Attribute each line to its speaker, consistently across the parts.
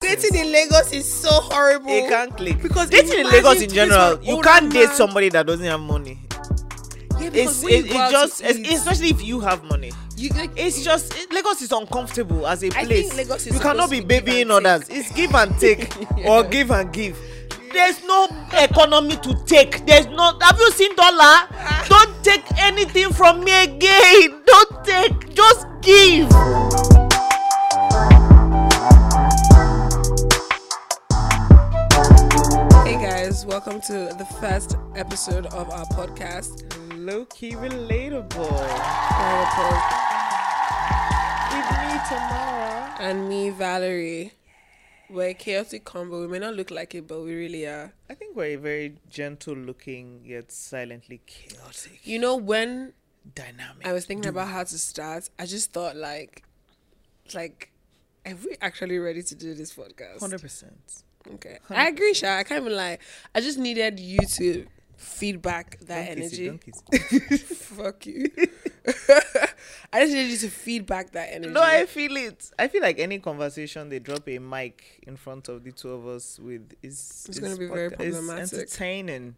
Speaker 1: dating in Lagos is so horrible.
Speaker 2: it can't click
Speaker 1: Because
Speaker 2: dating in
Speaker 1: imagine
Speaker 2: lagos
Speaker 1: to
Speaker 2: in
Speaker 1: this
Speaker 2: general
Speaker 1: one
Speaker 2: you
Speaker 1: old
Speaker 2: can't date
Speaker 1: man.
Speaker 2: somebody that doesn't have money
Speaker 1: Yeah, because
Speaker 2: it's
Speaker 1: when you
Speaker 2: it,
Speaker 1: go out
Speaker 2: it
Speaker 1: to
Speaker 2: just es-
Speaker 1: eat,
Speaker 2: especially if you have money
Speaker 1: you like,
Speaker 2: it's just it, lagos is uncomfortable as a
Speaker 1: I think
Speaker 2: place
Speaker 1: Lagos is
Speaker 2: you
Speaker 1: supposed
Speaker 2: cannot be
Speaker 1: to be give
Speaker 2: babying
Speaker 1: and
Speaker 2: others it's give and take or give and give there's no economy to take there's no have you seen dollar
Speaker 1: Ah.
Speaker 2: don't take anything from me again don't take just give.
Speaker 1: Hey guys, welcome to the first episode of our podcast.
Speaker 2: low-key relatable
Speaker 1: Horrible.
Speaker 2: with me tomorrow
Speaker 1: And me, Valerie. We're a chaotic combo. We may not look like it, but we really are.
Speaker 2: I think we're a very gentle looking yet silently chaotic
Speaker 1: You know, when
Speaker 2: dynamic.
Speaker 1: I was thinking about how to start, I just thought like, like, are we actually ready to do this podcast?
Speaker 2: Hundred percent.
Speaker 1: Okay, I agree, Sha. I can't even lie. I just needed you to feedback that energy. Fuck you. I just needed you to feedback that energy.
Speaker 2: No, I feel it. I feel like any conversation they drop a mic in front of the two of us with is
Speaker 1: It's
Speaker 2: is
Speaker 1: gonna be very
Speaker 2: podca- is
Speaker 1: problematic.
Speaker 2: entertaining.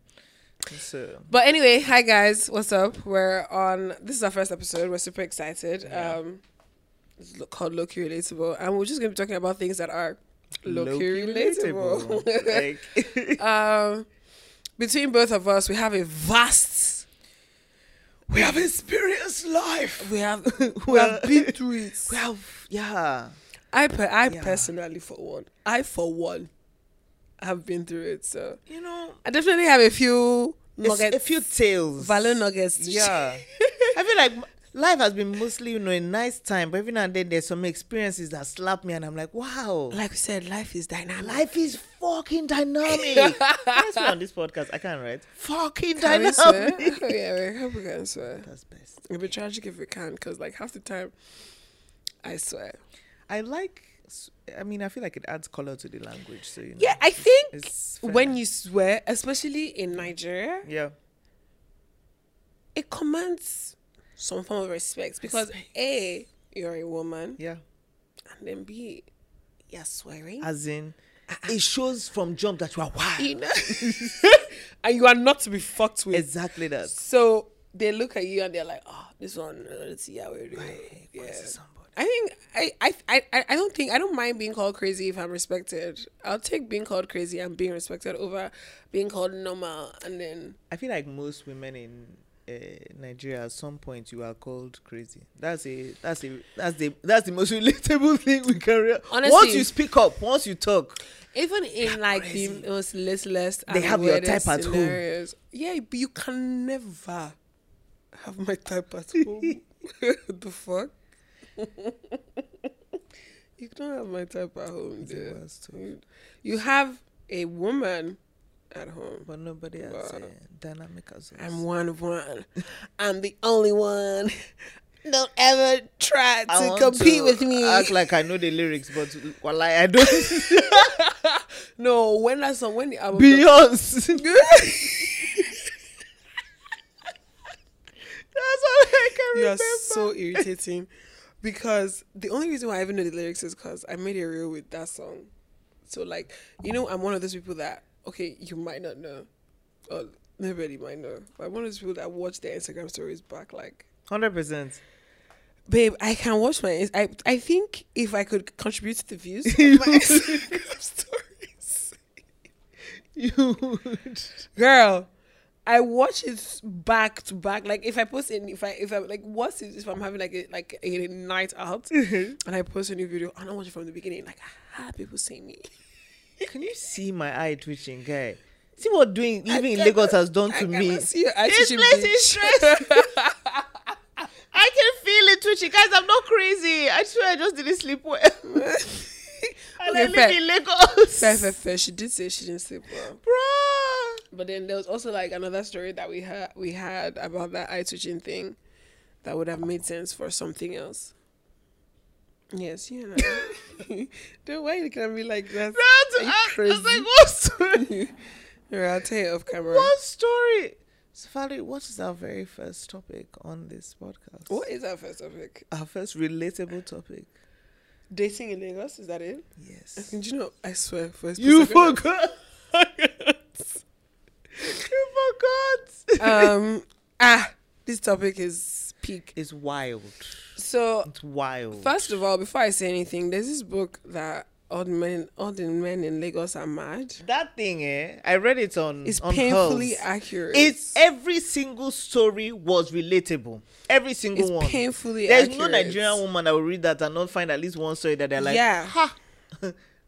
Speaker 2: So
Speaker 1: But anyway, hi guys, what's up? We're on. This is our first episode. We're super excited. Um, it's lo- called Loki Relatable, and we're just gonna be talking about things that are Loki relatable.
Speaker 2: like,
Speaker 1: um, between both of us, we have a vast.
Speaker 2: we have experienced life.
Speaker 1: We have we
Speaker 2: Well-
Speaker 1: have been through it.
Speaker 2: We have yeah.
Speaker 1: I per- I
Speaker 2: Yeah.
Speaker 1: personally for one, I for one, have been through it. So
Speaker 2: You know,
Speaker 1: I definitely have a few
Speaker 2: it's
Speaker 1: nuggets,
Speaker 2: a few tales.
Speaker 1: value nuggets. to share.
Speaker 2: Yeah. I feel like life has been mostly, you know, a nice time, but every now and then there's some experiences that slap me and I'm like, wow,
Speaker 1: Like we said, life is dynamic.
Speaker 2: life is fucking dynamic. That's on this podcast. I can't, right? Fucking
Speaker 1: Can we swear?
Speaker 2: dynamic.
Speaker 1: Oh, yeah, we hope we can swear.
Speaker 2: That's best.
Speaker 1: It'll be tragic if we can, because like half the time, I swear.
Speaker 2: I like, s- I mean, I feel like it adds color to the language. So, you know.
Speaker 1: Yeah, I think
Speaker 2: It's fair.
Speaker 1: when you swear, especially in Nigeria,
Speaker 2: Yeah.
Speaker 1: it commands some form of respect because a you're a woman,
Speaker 2: Yeah.
Speaker 1: and then b you're swearing.
Speaker 2: As in, it shows from jump that you are wild.
Speaker 1: you know, and you are not to be fucked with.
Speaker 2: Exactly that.
Speaker 1: So they look at you and they're like, "Oh, this one, uh, let's see how we do it." Yeah.
Speaker 2: This is somebody.
Speaker 1: I think I, I I I- I don't think I don't mind being called crazy if I'm respected. I'll take being called crazy and being respected over being called normal and then
Speaker 2: I feel like most women in uh, Nigeria, at some point, you are called crazy. That's a that's a that's the that's the most relatable thing we can. Re- once
Speaker 1: Honestly.
Speaker 2: you speak up, once you talk,
Speaker 1: even in like the most listless and
Speaker 2: They have your
Speaker 1: weirdest
Speaker 2: type at home.
Speaker 1: scenarios. Yeah, but you can never have my type at home. the fuck? you don't have my type at home,
Speaker 2: the
Speaker 1: dude.
Speaker 2: worst.
Speaker 1: You- You have a woman at home.
Speaker 2: but nobody has
Speaker 1: Wow.
Speaker 2: uh, dynamic as us.
Speaker 1: I'm one of one. I'm the only one. Don't ever try
Speaker 2: I
Speaker 1: to
Speaker 2: want
Speaker 1: compete
Speaker 2: to
Speaker 1: with me.
Speaker 2: Act like I know the lyrics, but well, I don't.
Speaker 1: no, when that song, when the album.
Speaker 2: Beyonce.
Speaker 1: dropped-
Speaker 2: That's all I can
Speaker 1: you are
Speaker 2: remember.
Speaker 1: so irritating because the only reason why I even know the lyrics is because I made a reel with that song. So like, you know, I'm one of those people that okay, you might not know, or nobody might know. But I'm one of those people that watch their Instagram stories back, like
Speaker 2: Hundred percent.
Speaker 1: babe, I can watch my. Ins- I I think if I could contribute to the views of my Instagram stories,
Speaker 2: You would.
Speaker 1: girl, I watch it back to back. Like if I post in, if I if I like what's it, if I'm having like a, like a night out
Speaker 2: Mm-hmm.
Speaker 1: and I post a new video and I watch it from the beginning, like ah, people see me.
Speaker 2: Can you see my eye twitching, guy? See what doing
Speaker 1: I
Speaker 2: living in
Speaker 1: cannot-
Speaker 2: Lagos has done
Speaker 1: I
Speaker 2: to me.
Speaker 1: cannot see your eye
Speaker 2: This
Speaker 1: twitching,
Speaker 2: place is
Speaker 1: bitch.
Speaker 2: I can feel it twitching, guys. I'm not crazy. I swear, I just didn't sleep well. and I
Speaker 1: Okay,
Speaker 2: live
Speaker 1: fair.
Speaker 2: in Lagos,
Speaker 1: fair, fair, fair. She did say she didn't sleep well.
Speaker 2: Bruh.
Speaker 1: But then there was also like another story that we had we had about that eye twitching thing that would have made sense for something else. Yes, you know. Don't why you looking at me like that?
Speaker 2: That's
Speaker 1: Are you
Speaker 2: I, I was
Speaker 1: crazy?
Speaker 2: like, what story?
Speaker 1: Here, I'll tell you off camera.
Speaker 2: what story? So, Valerie, what is our very first topic on this podcast?
Speaker 1: What is our first topic?
Speaker 2: Our first relatable topic.
Speaker 1: Dating in Lagos, is that it?
Speaker 2: Yes.
Speaker 1: Do you know? I swear, for a
Speaker 2: You
Speaker 1: split second-
Speaker 2: forgot. you forgot.
Speaker 1: Um, ah, this topic is peak.
Speaker 2: it's wild.
Speaker 1: So
Speaker 2: It's wild.
Speaker 1: First of all, before I say anything, there's this book that all the men, all the men in Lagos are mad.
Speaker 2: that thing, eh? I read it on.
Speaker 1: It's
Speaker 2: on
Speaker 1: painfully
Speaker 2: Pulse.
Speaker 1: accurate.
Speaker 2: It's every single story was relatable. Every single
Speaker 1: It's
Speaker 2: one.
Speaker 1: painfully
Speaker 2: There's no
Speaker 1: accurate.
Speaker 2: Nigerian woman that will read that and not find at least one story that they're like,
Speaker 1: Yeah.
Speaker 2: ha,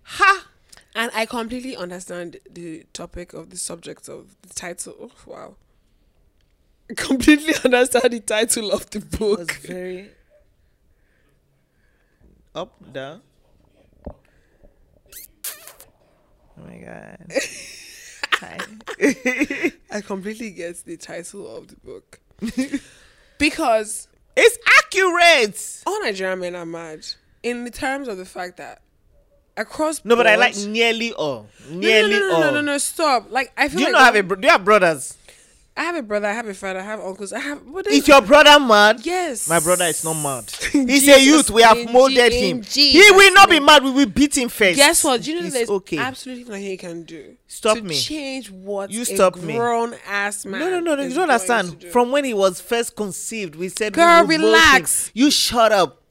Speaker 2: ha.
Speaker 1: and I completely understand the topic of the subject of the title. Oh, wow, completely understand the title of the
Speaker 2: It was
Speaker 1: book.
Speaker 2: very up down. Oh my god. Hi.
Speaker 1: I completely get the title of the book because
Speaker 2: it's accurate.
Speaker 1: all Nigerian men are mad in the terms of the fact that across
Speaker 2: No, but I
Speaker 1: board-
Speaker 2: like nearly all.
Speaker 1: No, no,
Speaker 2: Nearly
Speaker 1: no, no,
Speaker 2: all.
Speaker 1: no, no, no, stop! Like I feel
Speaker 2: Do you
Speaker 1: like
Speaker 2: not have a bro- do you have brothers?
Speaker 1: I have a brother, I have a father, I have uncles, I have. What
Speaker 2: Is your brother mad?
Speaker 1: Yes.
Speaker 2: My brother is not mad.
Speaker 1: In
Speaker 2: He's a
Speaker 1: Jesus-
Speaker 2: youth. We have
Speaker 1: in Je- in
Speaker 2: molded him. He
Speaker 1: Jesus'
Speaker 2: will not be
Speaker 1: name.
Speaker 2: mad. We will beat him first.
Speaker 1: Guess what? Do you know
Speaker 2: It's
Speaker 1: there's
Speaker 2: okay.
Speaker 1: absolutely nothing you can do
Speaker 2: Stop
Speaker 1: to
Speaker 2: me.
Speaker 1: change what
Speaker 2: You
Speaker 1: you
Speaker 2: stop
Speaker 1: stop a
Speaker 2: me.
Speaker 1: grown ass man.
Speaker 2: No, no, no, no.
Speaker 1: is
Speaker 2: You don't
Speaker 1: going
Speaker 2: understand.
Speaker 1: to do.
Speaker 2: From when he was first conceived, we said,
Speaker 1: Girl,
Speaker 2: we will mold him.
Speaker 1: relax.
Speaker 2: You shut up.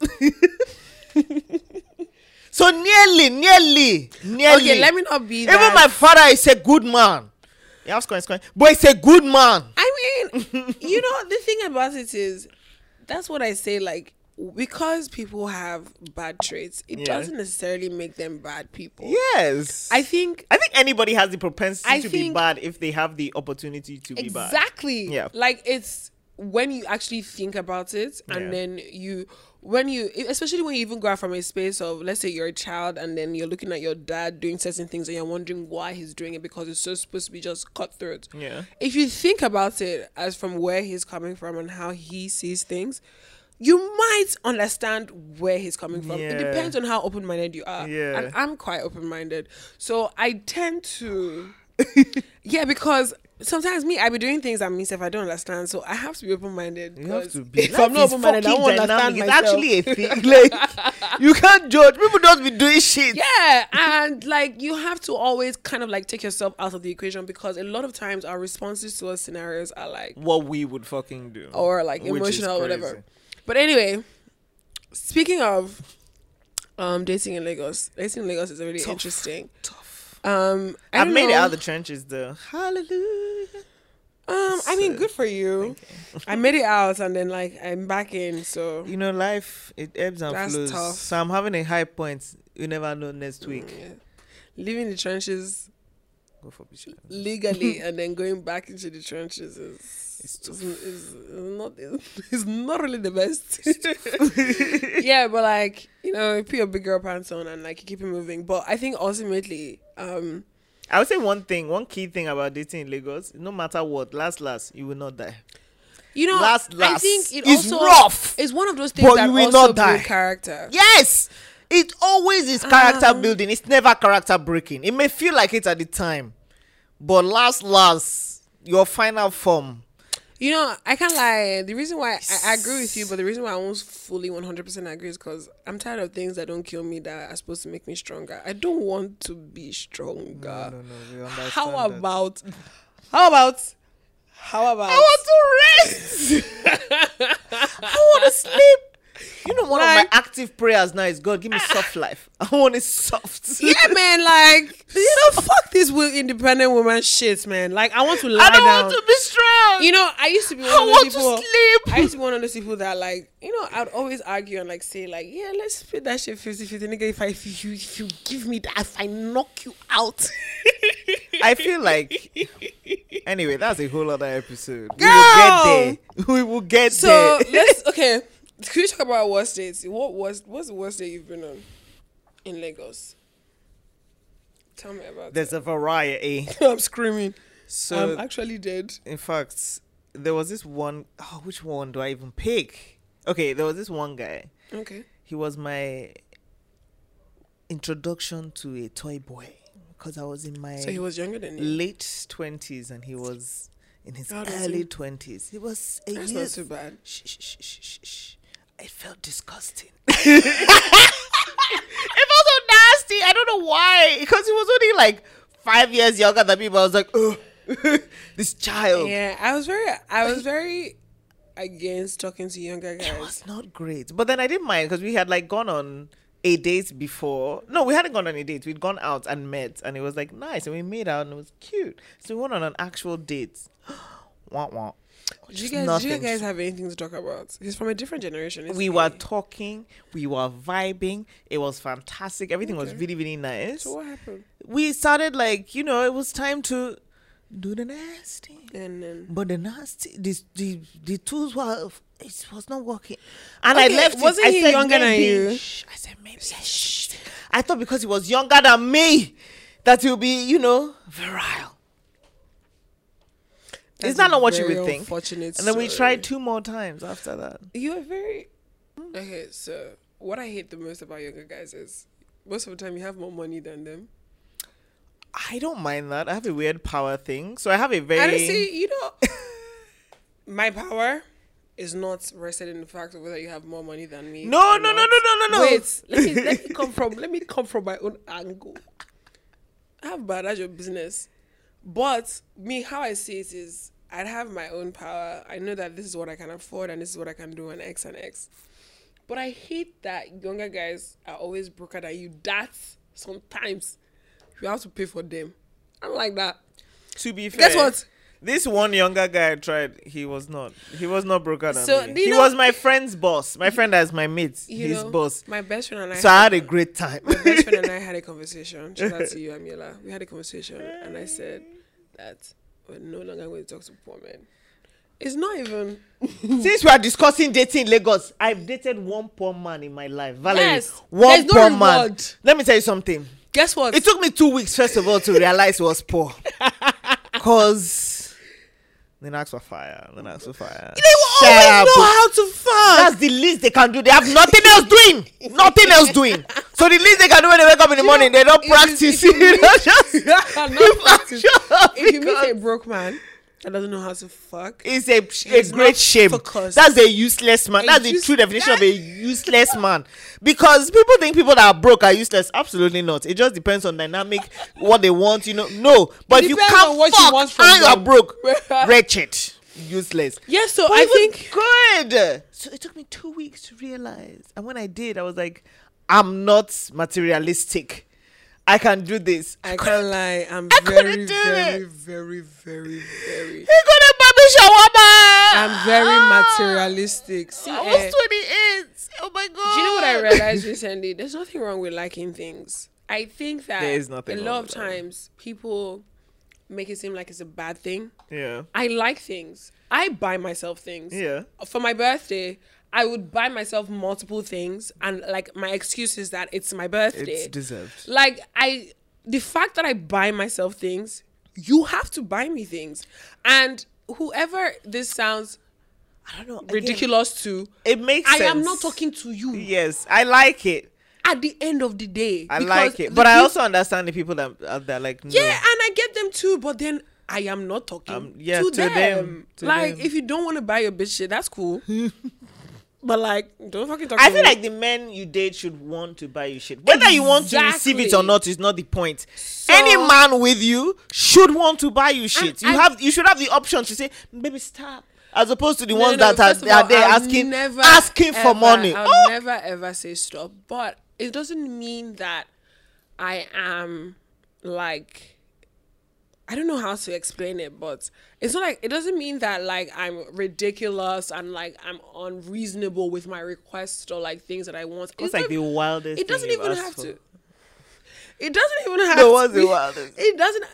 Speaker 2: so nearly, nearly, nearly.
Speaker 1: okay, let me not be
Speaker 2: Even
Speaker 1: that.
Speaker 2: my father is a good man. Yeah, it's going, it's going. But he's a good man.
Speaker 1: I mean, you know the thing about it is, that's what I say. Like because people have bad traits, it
Speaker 2: Yeah.
Speaker 1: doesn't necessarily make them bad people.
Speaker 2: Yes.
Speaker 1: I think
Speaker 2: I think anybody has the propensity
Speaker 1: I
Speaker 2: to be
Speaker 1: think-
Speaker 2: bad if they have the opportunity to be bad.
Speaker 1: exactly
Speaker 2: Yeah.
Speaker 1: like it's when you actually think about it and
Speaker 2: Yeah.
Speaker 1: then you when you e, especially when you even go out from a space of let's say you're a child and then you're looking at your dad doing certain things and you're wondering why he's doing it because it's so supposed to be just cutthroat
Speaker 2: Yeah.
Speaker 1: if you think about it as from where he's coming from and how he sees things you might understand where he's coming from it
Speaker 2: Yeah.
Speaker 1: depends on how open-minded you are
Speaker 2: Yeah.
Speaker 1: and i'm quite open-minded so i tend to yeah, because sometimes me, I be doing things that myself I don't understand, so I have to be open minded.
Speaker 2: You have to be.
Speaker 1: If I'm not
Speaker 2: Life is
Speaker 1: open minded, I
Speaker 2: fucking
Speaker 1: won't understand
Speaker 2: dynamic. It's
Speaker 1: myself.
Speaker 2: actually a thing. Like you can't judge. People don't be doing shit.
Speaker 1: yeah, and like you have to always kind of like take yourself out of the equation because a lot of times our responses to our scenarios are like
Speaker 2: What we would fucking do.
Speaker 1: or like
Speaker 2: Which is
Speaker 1: emotional, whatever.
Speaker 2: crazy.
Speaker 1: But anyway, speaking of um dating in Lagos, dating in Lagos is really interesting.
Speaker 2: Tough.
Speaker 1: Um, I
Speaker 2: I've
Speaker 1: don't
Speaker 2: made it
Speaker 1: know.
Speaker 2: out of the trenches though. Hallelujah.
Speaker 1: Um, I mean, good for you. I made it out, and then like I'm back in, so
Speaker 2: You know, life it ebbs and
Speaker 1: That's
Speaker 2: flows.
Speaker 1: tough. Mm.
Speaker 2: So I'm having a high point. You never know next week.
Speaker 1: Yeah. Leaving the trenches
Speaker 2: Go for Bishop.
Speaker 1: legally and then going back into the trenches is
Speaker 2: It's
Speaker 1: is, is not it's not really the best. yeah, but like you know, you put your big girl pants on and like you keep it moving. But I think ultimately, um,
Speaker 2: I would say one thing, one key thing about dating in Lagos, no matter what, last last, you will not die.
Speaker 1: you know,
Speaker 2: Last,
Speaker 1: I
Speaker 2: last.
Speaker 1: think it
Speaker 2: It's
Speaker 1: also
Speaker 2: rough,
Speaker 1: It's one of those things
Speaker 2: but
Speaker 1: that
Speaker 2: you will
Speaker 1: also
Speaker 2: not
Speaker 1: build
Speaker 2: die.
Speaker 1: character.
Speaker 2: Yes, it always is character
Speaker 1: Um,
Speaker 2: building. It's never character breaking. It may feel like it at the time, but last, last, your final form.
Speaker 1: You know, I can't lie. The reason why I, I agree with you, but the reason why I won't fully 100% agree is because I'm tired of things that don't kill me that are supposed to make me stronger. I don't want to be stronger.
Speaker 2: we
Speaker 1: how about, how about, how about,
Speaker 2: I want to rest. I want to sleep. You know, one of
Speaker 1: Like-
Speaker 2: my active prayers now is God, give me soft life. I want it soft.
Speaker 1: yeah, man, like, you know, fuck this will independent woman shit, man. Like, I want to lie
Speaker 2: I don't
Speaker 1: down.
Speaker 2: want to be strong.
Speaker 1: you know, I used to be one
Speaker 2: I
Speaker 1: of those
Speaker 2: want to
Speaker 1: people.
Speaker 2: sleep.
Speaker 1: I used to be one of those people that like, you know, I'd always argue and like say like, yeah, let's split that shit 50-50. Nigga, if I if you if you give me that, I knock you out.
Speaker 2: I feel like. Anyway, that's a whole other episode.
Speaker 1: Girl!
Speaker 2: We will get there. We will get
Speaker 1: So
Speaker 2: there.
Speaker 1: let's okay. Can we talk about worst dates? What was what's the worst date you've been on in Lagos? Tell me about
Speaker 2: There's a variety.
Speaker 1: that. I'm screaming.
Speaker 2: So
Speaker 1: I'm actually dead.
Speaker 2: in fact, there was this one oh which one do I even pick? Okay, there was this one guy.
Speaker 1: Okay.
Speaker 2: He was my introduction to a toy boy because I was in my
Speaker 1: So he was younger than you.
Speaker 2: late twenties and he was in his
Speaker 1: How old was he?
Speaker 2: early twenties. He was a
Speaker 1: That's not
Speaker 2: youth.
Speaker 1: too bad.
Speaker 2: Shh, shh, shh, shh, shh, shh. It felt disgusting. it felt so nasty. I don't know why. Because he was only like five years younger than me. But I was like, oh, this child.
Speaker 1: Yeah, I was very, I was very against talking to younger
Speaker 2: It
Speaker 1: guys.
Speaker 2: was not great. But then I didn't mind because we had like gone on a date before. No, we hadn't gone on a date. We'd gone out and met, and it was like nice, and we made out, and it was cute. So we went on an actual date. wah, wah.
Speaker 1: Do you
Speaker 2: Just
Speaker 1: guys, do you
Speaker 2: nothing.
Speaker 1: guys have anything to talk about? He's from a different generation. isn't
Speaker 2: we
Speaker 1: he?
Speaker 2: were talking, we were vibing. It was fantastic. Everything was really, really nice.
Speaker 1: So what happened?
Speaker 2: we started like you know it was time to do the nasty
Speaker 1: And then
Speaker 2: but the nasty the the, the tools were it was not working and
Speaker 1: Okay,
Speaker 2: i left it.
Speaker 1: wasn't
Speaker 2: I
Speaker 1: he
Speaker 2: said,
Speaker 1: younger than
Speaker 2: "Maybe."
Speaker 1: you?
Speaker 2: Shh. i said maybe I, shh. I thought because he was younger than me that he'll be you know virile
Speaker 1: That's
Speaker 2: is that not what you
Speaker 1: very
Speaker 2: would think
Speaker 1: unfortunate
Speaker 2: and then we
Speaker 1: story.
Speaker 2: tried two more times after that
Speaker 1: you are very okay. So what I hate the most about younger guys is most of the time you have more money than them.
Speaker 2: i don't mind that i have a weird power thing so i have a very
Speaker 1: Honestly, you know, my power is not rested in the fact of whether you have more money than me.
Speaker 2: No,
Speaker 1: or
Speaker 2: no, no,
Speaker 1: not.
Speaker 2: no, no, no, no.
Speaker 1: Wait, let me let me come from let me come from my own angle. How bad that's your business? But me, how I see it is, I'd have my own power. I know that this is what I can afford and this is what I can do, and X and X. But I hate that younger guys are always broker than you. That sometimes you have to pay for them. I don't like that.
Speaker 2: to be fair
Speaker 1: Guess what?
Speaker 2: This one younger guy I tried, he was not. He was not broker than
Speaker 1: So, do
Speaker 2: me.
Speaker 1: you
Speaker 2: He
Speaker 1: know-
Speaker 2: was my friend's boss. My friend has my mate,
Speaker 1: you
Speaker 2: his
Speaker 1: know,
Speaker 2: boss.
Speaker 1: My best friend and I.
Speaker 2: So I had a great time.
Speaker 1: my best friend and I had a conversation. Shout out to you, Amila. We had a conversation, and I said that we're no longer going to talk to poor men. It's not even.
Speaker 2: Since we are discussing dating in Lagos, I've dated one poor man in my life. Valerie,
Speaker 1: Yes,
Speaker 2: one
Speaker 1: there's no
Speaker 2: poor man.
Speaker 1: reward.
Speaker 2: Let me tell you something.
Speaker 1: Guess what?
Speaker 2: It took me two weeks, first of all, to realize he was poor. Cause Linux were fire. Linux were fire. They
Speaker 1: will always know how
Speaker 2: to farm. That's the least they can do. They have nothing else doing. nothing else doing. So the least they can do when they wake up in the morning, they don't
Speaker 1: if you-
Speaker 2: practice.
Speaker 1: if you
Speaker 2: They don't just-
Speaker 1: Not
Speaker 2: they
Speaker 1: practice.
Speaker 2: don't
Speaker 1: if you meet
Speaker 2: because
Speaker 1: a broke man that doesn't know how to fuck,
Speaker 2: It's a, a
Speaker 1: He's
Speaker 2: great
Speaker 1: not
Speaker 2: shame.
Speaker 1: focused.
Speaker 2: That's a useless man.
Speaker 1: A
Speaker 2: That's
Speaker 1: use-
Speaker 2: the true definition of a useless man. Because people think people that are broke are useless. Absolutely not. It just depends on dynamic, what they want, you know. No, but if you
Speaker 1: depends
Speaker 2: can't
Speaker 1: on what you
Speaker 2: fuck
Speaker 1: want from
Speaker 2: and you are
Speaker 1: them.
Speaker 2: broke, wretched, useless.
Speaker 1: yes. So
Speaker 2: But
Speaker 1: I
Speaker 2: it was
Speaker 1: think
Speaker 2: good. So it took me two weeks to realize, and when I did, I was like, I'm not materialistic. I can do this.
Speaker 1: I can't lie. I'm
Speaker 2: I
Speaker 1: very,
Speaker 2: couldn't do
Speaker 1: very,
Speaker 2: it.
Speaker 1: very, very, very.
Speaker 2: He got a baby shawarma.
Speaker 1: I'm very
Speaker 2: Ah.
Speaker 1: materialistic. See,
Speaker 2: I
Speaker 1: eh,
Speaker 2: was 28. Oh my god.
Speaker 1: Do you know what I realized recently? There's nothing wrong with liking things. I think that
Speaker 2: There is
Speaker 1: a
Speaker 2: nothing wrong
Speaker 1: lot of
Speaker 2: with that.
Speaker 1: times people make it seem like it's a bad thing.
Speaker 2: yeah.
Speaker 1: I like things. I buy myself things.
Speaker 2: Yeah.
Speaker 1: For my birthday, I would buy myself multiple things and like my excuse is that it's my birthday.
Speaker 2: It's deserved.
Speaker 1: Like I the fact that I buy myself things, you have to buy me things. And whoever this sounds
Speaker 2: I don't know. again,
Speaker 1: ridiculous to
Speaker 2: It makes
Speaker 1: I
Speaker 2: sense.
Speaker 1: am not talking to you
Speaker 2: Yes, I like it.
Speaker 1: at the end of the day.
Speaker 2: I
Speaker 1: because
Speaker 2: like it.
Speaker 1: the
Speaker 2: But I
Speaker 1: peop-
Speaker 2: also understand the people that are that like no.
Speaker 1: yeah, and I get them too. But then I am not talking
Speaker 2: Um, yeah,
Speaker 1: to,
Speaker 2: to
Speaker 1: them.
Speaker 2: them, to
Speaker 1: like,
Speaker 2: them.
Speaker 1: if you don't want to buy your bitch shit, that's cool. but like, don't fucking talk.
Speaker 2: I
Speaker 1: to
Speaker 2: feel
Speaker 1: me.
Speaker 2: like the men you date should want to buy you shit. Whether you want to receive it or
Speaker 1: Exactly.
Speaker 2: not is not the point. Any
Speaker 1: So-
Speaker 2: man with you should want to buy you shit. you
Speaker 1: I-
Speaker 2: have you should have the option to say, "Baby, stop." As opposed to the ones
Speaker 1: No, no,
Speaker 2: that are,
Speaker 1: first of
Speaker 2: are
Speaker 1: all,
Speaker 2: there
Speaker 1: I'll
Speaker 2: asking
Speaker 1: never,
Speaker 2: asking for
Speaker 1: ever-
Speaker 2: money.
Speaker 1: I'll
Speaker 2: Oh,
Speaker 1: never ever say stop, but it doesn't mean that I am like I don't know how to explain it, but it's not like it doesn't mean that like I'm ridiculous and like I'm unreasonable with my requests or like things that I want.
Speaker 2: What's
Speaker 1: It's
Speaker 2: like
Speaker 1: not-
Speaker 2: the wildest
Speaker 1: It doesn't
Speaker 2: thing you've
Speaker 1: even
Speaker 2: asked
Speaker 1: have
Speaker 2: for?
Speaker 1: to. It doesn't even have
Speaker 2: No,
Speaker 1: to.
Speaker 2: what's the
Speaker 1: be-
Speaker 2: wildest?
Speaker 1: It doesn't.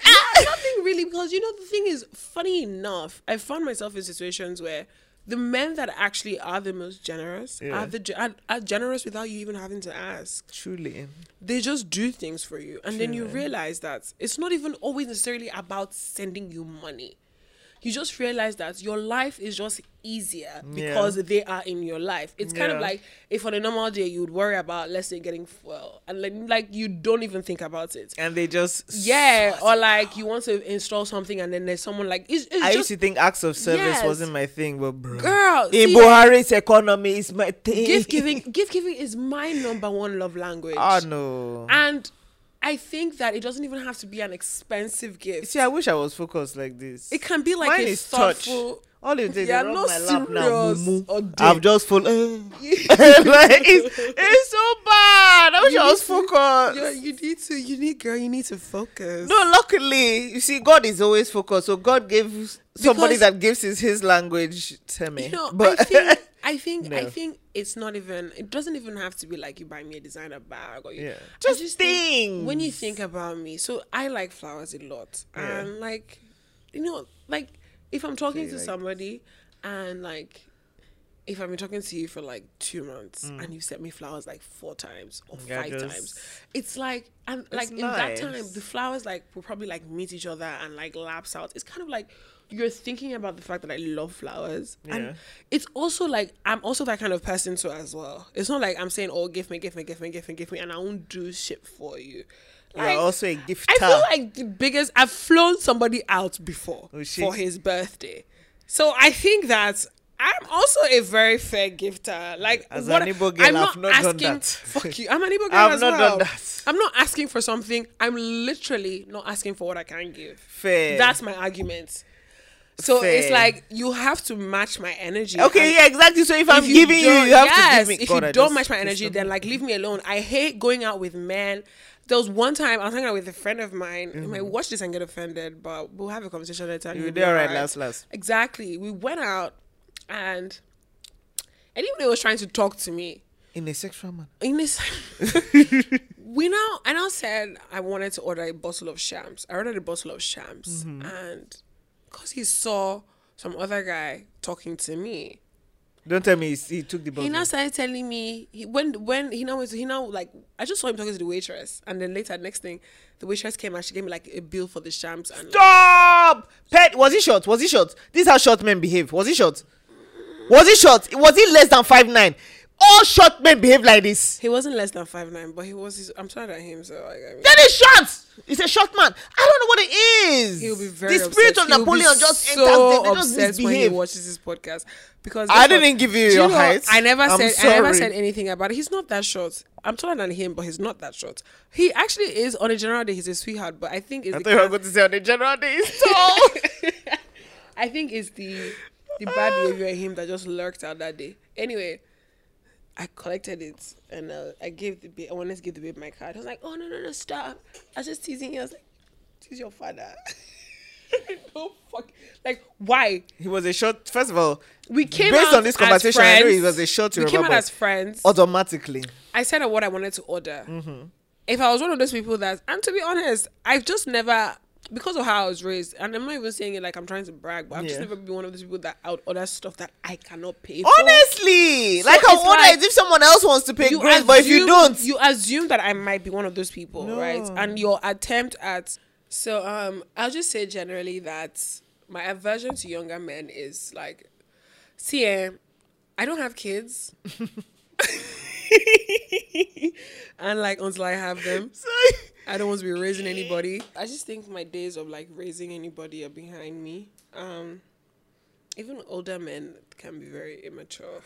Speaker 1: nothing really, because you know the thing is, funny enough, I found myself in situations where the men that actually are the most generous
Speaker 2: Yeah.
Speaker 1: are the ge- are, are generous without you even having to ask.
Speaker 2: truly.
Speaker 1: They just do things for you, and then you realize that it's not even always necessarily about sending you money. you just realize that your life is just easier because they are in your life. It's kind of
Speaker 2: Yeah.
Speaker 1: like if on a normal day you would worry about, let's say, getting fuel, and like, like you don't even think about it.
Speaker 2: and they just
Speaker 1: Yeah, or like you want to install something and then there's someone like it's, it's
Speaker 2: "Ah." I
Speaker 1: just
Speaker 2: used to think acts of service
Speaker 1: Yes.
Speaker 2: wasn't my thing, but bro,
Speaker 1: Girl,
Speaker 2: in
Speaker 1: see-
Speaker 2: Buhari's economy is my thing.
Speaker 1: gift giving. gift giving is my number one love language.
Speaker 2: Oh no.
Speaker 1: And I think that it doesn't even have to be an expensive gift.
Speaker 2: See, I wish I was focused like this.
Speaker 1: it can be like
Speaker 2: Mine
Speaker 1: a
Speaker 2: is touch.
Speaker 1: thoughtful.
Speaker 2: All you did,
Speaker 1: Yeah,
Speaker 2: yeah,
Speaker 1: no
Speaker 2: my lap now.
Speaker 1: serious
Speaker 2: mumu.
Speaker 1: or
Speaker 2: I'm
Speaker 1: dick.
Speaker 2: just full. eh. Like, it's, it's so bad. I wish
Speaker 1: You
Speaker 2: I
Speaker 1: need
Speaker 2: was
Speaker 1: to-
Speaker 2: focused.
Speaker 1: Yeah, you need to. You need, girl. You need to focus.
Speaker 2: No, luckily, you see, God is always focused. So God gives somebody
Speaker 1: Because-
Speaker 2: that gives is His language. Tell me,
Speaker 1: you know.
Speaker 2: but
Speaker 1: I think. I think. I
Speaker 2: No.
Speaker 1: think it's not even. It doesn't even have to be like you buy me a designer bag or you.
Speaker 2: Yeah.
Speaker 1: I
Speaker 2: Just
Speaker 1: think when you think
Speaker 2: things.
Speaker 1: about me. So I like flowers a lot,
Speaker 2: Yeah.
Speaker 1: and like, you know, like if I'm talking
Speaker 2: you
Speaker 1: to
Speaker 2: like-
Speaker 1: somebody, and like. If I've been talking to you for like two months and you sent me flowers like four times or
Speaker 2: Mm. Yeah,
Speaker 1: five
Speaker 2: just-
Speaker 1: times, it's like and like in that time
Speaker 2: nice.
Speaker 1: the flowers like will probably like meet each other and like lapse out it's kind of like you're thinking about the fact that i love flowers
Speaker 2: Yeah.
Speaker 1: and it's also like i'm also that kind of person too as well it's not like i'm saying oh give me give me give me give me give me and i won't do shit for you
Speaker 2: you're
Speaker 1: Like,
Speaker 2: also a gifter.
Speaker 1: i feel like the biggest i've flown somebody out before
Speaker 2: Oh, shit.
Speaker 1: for his birthday so i think that I'm also a very fair gifter. Like
Speaker 2: As
Speaker 1: what,
Speaker 2: an Igbo girl,
Speaker 1: I'm
Speaker 2: I've not done that.
Speaker 1: Fuck you. I'm an Igbo girl
Speaker 2: I've
Speaker 1: as
Speaker 2: not
Speaker 1: well.
Speaker 2: done that.
Speaker 1: I'm not asking for something. I'm literally not asking for what I can give.
Speaker 2: fair.
Speaker 1: That's my argument. So
Speaker 2: Fair.
Speaker 1: it's like you have to match my energy.
Speaker 2: okay.
Speaker 1: And
Speaker 2: Yeah, exactly. So if, I'm
Speaker 1: if
Speaker 2: giving you,
Speaker 1: don't-
Speaker 2: you have
Speaker 1: yes,
Speaker 2: to give me.
Speaker 1: If
Speaker 2: God, I
Speaker 1: you don't
Speaker 2: just
Speaker 1: match my
Speaker 2: pissed
Speaker 1: energy,
Speaker 2: off.
Speaker 1: then like leave me alone. I hate going out with men. There was one time I was hanging out with a friend of mine. You might
Speaker 2: Mm-hmm.
Speaker 1: watch this and get offended, but we'll have a conversation later. and
Speaker 2: You
Speaker 1: you'll
Speaker 2: were
Speaker 1: be
Speaker 2: there, all right,
Speaker 1: alright.
Speaker 2: last, last.
Speaker 1: Exactly. We went out, and anybody was trying to talk to me.
Speaker 2: in a sexual manner.
Speaker 1: In this, we now I now said I wanted to order a bottle of shams. I ordered a bottle of shams,
Speaker 2: Mm-hmm.
Speaker 1: and because he saw some other guy talking to me,
Speaker 2: Don't tell me he, he took
Speaker 1: he
Speaker 2: the bottle.
Speaker 1: now started telling me he, when when he now was he now like I just saw him talking to the waitress, and then later next thing, the waitress came and she gave me like a bill for the shams and.
Speaker 2: Stop! Pet, was he short? Was he short? This is how short men behave. Was he short? Was he short? Was he less than five nine? All short men behave like this.
Speaker 1: He wasn't less than five nine, but he was. His, I'm sorry at him, so like, I mean,
Speaker 2: Then he's short. He's a short man. I don't know what it is.
Speaker 1: he'll be very.
Speaker 2: The spirit
Speaker 1: upset.
Speaker 2: of
Speaker 1: He'll be
Speaker 2: Napoleon just
Speaker 1: so
Speaker 2: enters. They, they just
Speaker 1: upset when he
Speaker 2: misbehave.
Speaker 1: watches this podcast because
Speaker 2: I
Speaker 1: guess what?
Speaker 2: didn't give you
Speaker 1: Do
Speaker 2: your
Speaker 1: know,
Speaker 2: height.
Speaker 1: I never
Speaker 2: I'm
Speaker 1: said. I never
Speaker 2: sorry.
Speaker 1: said anything about it. He's not that short. I'm taller than him, but he's not that short. He actually is on a general day. He's a sweetheart, but I think it's
Speaker 2: I
Speaker 1: the
Speaker 2: thought you were
Speaker 1: kind-
Speaker 2: going to say on the general day he's tall.
Speaker 1: I think it's the the bad behavior in him that just lurked out that day. Anyway, I collected it and uh, I gave the babe, I wanted to give the babe my card. I was like, oh no no no stop! I was just teasing you. I was like, this is your father. no fuck. Like why?
Speaker 2: he was a short. First of all,
Speaker 1: We came
Speaker 2: based
Speaker 1: out
Speaker 2: on this conversation,
Speaker 1: As
Speaker 2: I
Speaker 1: friends.
Speaker 2: know he was a short.
Speaker 1: we came
Speaker 2: Yoruba
Speaker 1: out
Speaker 2: boy.
Speaker 1: as friends.
Speaker 2: automatically.
Speaker 1: I said what I wanted to order.
Speaker 2: Mm-hmm.
Speaker 1: If I was one of those people that, and to be honest, I've just never, because of how I was raised, and I'm not even saying it like I'm trying to brag, but I've just
Speaker 2: Yeah.
Speaker 1: never been one of those people that out order stuff that I cannot pay for.
Speaker 2: Honestly, like
Speaker 1: it's
Speaker 2: I wonder
Speaker 1: like-
Speaker 2: as if someone else wants to pay
Speaker 1: You
Speaker 2: great, but if you
Speaker 1: assume-
Speaker 2: don't,
Speaker 1: you assume that I might be one of those people, right?
Speaker 2: No.
Speaker 1: And your attempt at so um, I'll just say generally that my aversion to younger men is like, see, eh, I don't have kids. and like until I have them, I don't want to be raising anybody. I just think my days of like raising anybody are behind me. Um, even older men can be very immature